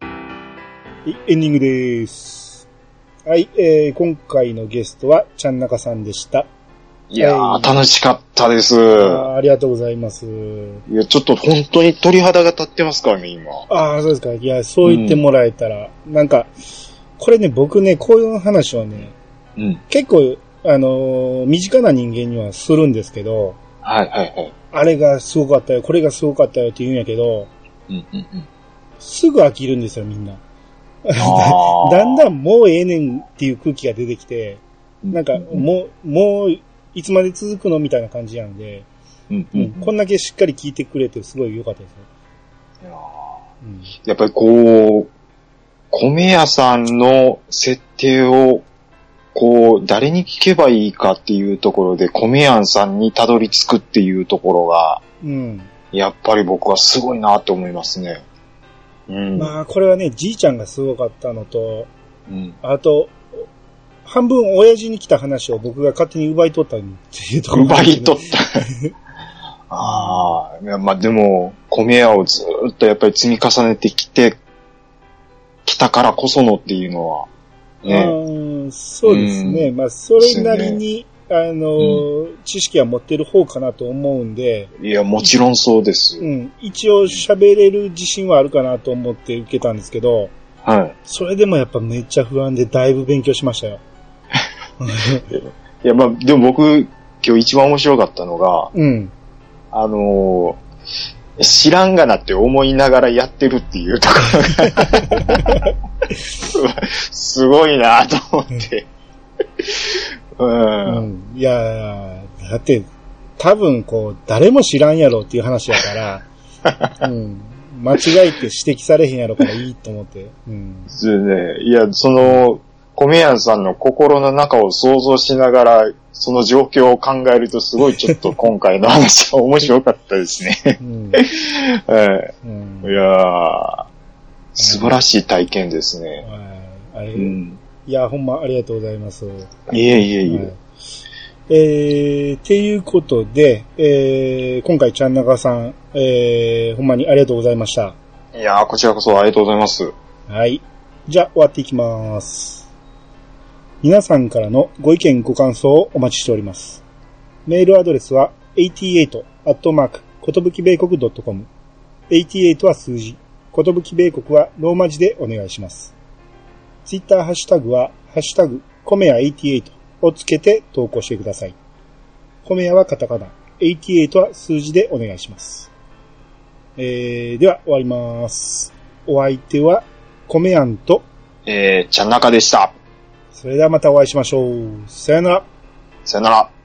Speaker 1: はいエンディングです。はい、えー、今回のゲストは、ちゃんなかさんでした。
Speaker 2: [laughs] いやー、楽しかったです。
Speaker 1: あーありがとうございます。
Speaker 2: いや、ちょっと本当に鳥肌が立ってますからね、今。
Speaker 1: ああ、そうですか。いや、そう言ってもらえたら、なんか、これね、僕ね、こういう話をね、
Speaker 2: うん。
Speaker 1: 結構、あのー身近な人間にはするんですけど、
Speaker 2: はいはいはい。
Speaker 1: あれがすごかったよ、これがすごかったよって言うんやけど、
Speaker 2: うんうんうん。
Speaker 1: すぐ飽きるんですよ、みんな。
Speaker 2: あー [laughs]
Speaker 1: だんだんもうええねんっていう空気が出てきて、なんか、
Speaker 2: う
Speaker 1: もう、もういつまで続くのみたいな感じなんで、
Speaker 2: うんう
Speaker 1: うんんこんだけしっかり聞いてくれてすごい良かったですね。
Speaker 2: いやー
Speaker 1: うん
Speaker 2: やっぱりこう、米屋さんの設定を、こう、誰に聞けばいいかっていうところで、米屋さんにたどり着くっていうところが、
Speaker 1: うん。
Speaker 2: やっぱり僕はすごいなと思いますね。うん。
Speaker 1: まあ、これはね、じいちゃんがすごかったのと、
Speaker 2: うん、
Speaker 1: あと、半分親父に来た話を僕が勝手に奪い取ったっていうところ、
Speaker 2: 奪い取った。ああ、いやまあでも、米屋をずーっとやっぱり積み重ねてきて、きたからこそのっていうのは、ね。
Speaker 1: うん、そうですね。まあ、それなりに、あのー、知識は持ってる方かなと思うんで、
Speaker 2: いや、もちろんそうです。
Speaker 1: うん、一応喋れる自信はあるかなと思って受けたんですけど、
Speaker 2: はい。
Speaker 1: それでもやっぱめっちゃ不安でだいぶ勉強しましたよ。
Speaker 2: いや、まあ、でも僕、今日一番面白かったのが、
Speaker 1: うん。
Speaker 2: あのー知らんがなって思いながらやってるっていうところが、すごいなと思って。うん。
Speaker 1: うん。いやーだって、多分こう、誰も知らんやろっていう話や
Speaker 2: [laughs]
Speaker 1: から、うん。間違えて指摘されへんやろからいいと思って。うん。
Speaker 2: そうね。いや、その、米屋さんの心の中を想像しながら、その状況を考えると、すごいちょっと今回の話は面白かったですね。
Speaker 1: うん。
Speaker 2: うん
Speaker 1: うん
Speaker 2: [laughs] いやー、素晴らしい体験ですね。
Speaker 1: はいあれ、
Speaker 2: うん。
Speaker 1: いや、ほんまありがとうございます。はい
Speaker 2: えいえいえ。
Speaker 1: い、えー、ていうことで、えー、今回、ちゃんなかさん、えー、ほんまにありがとうございました。
Speaker 2: いやー、こちらこそありがとうございます。
Speaker 1: はい。じゃあ、終わっていきます。皆さんからのご意見、ご感想をお待ちしております。メールアドレスは、88、アットマーク、ことぶき米国 .com。88は数字、ことぶき米国はローマ字でお願いします。ツイッターハッシュタグは、ハッシュタグ、コメヤ88をつけて投稿してください。コメヤはカタカナ、88は数字でお願いします。えー、では、終わります。お相手は、コメヤンと、
Speaker 2: えー、ちゃんなかでした。
Speaker 1: それではまたお会いしましょう。さよなら。
Speaker 2: さよなら。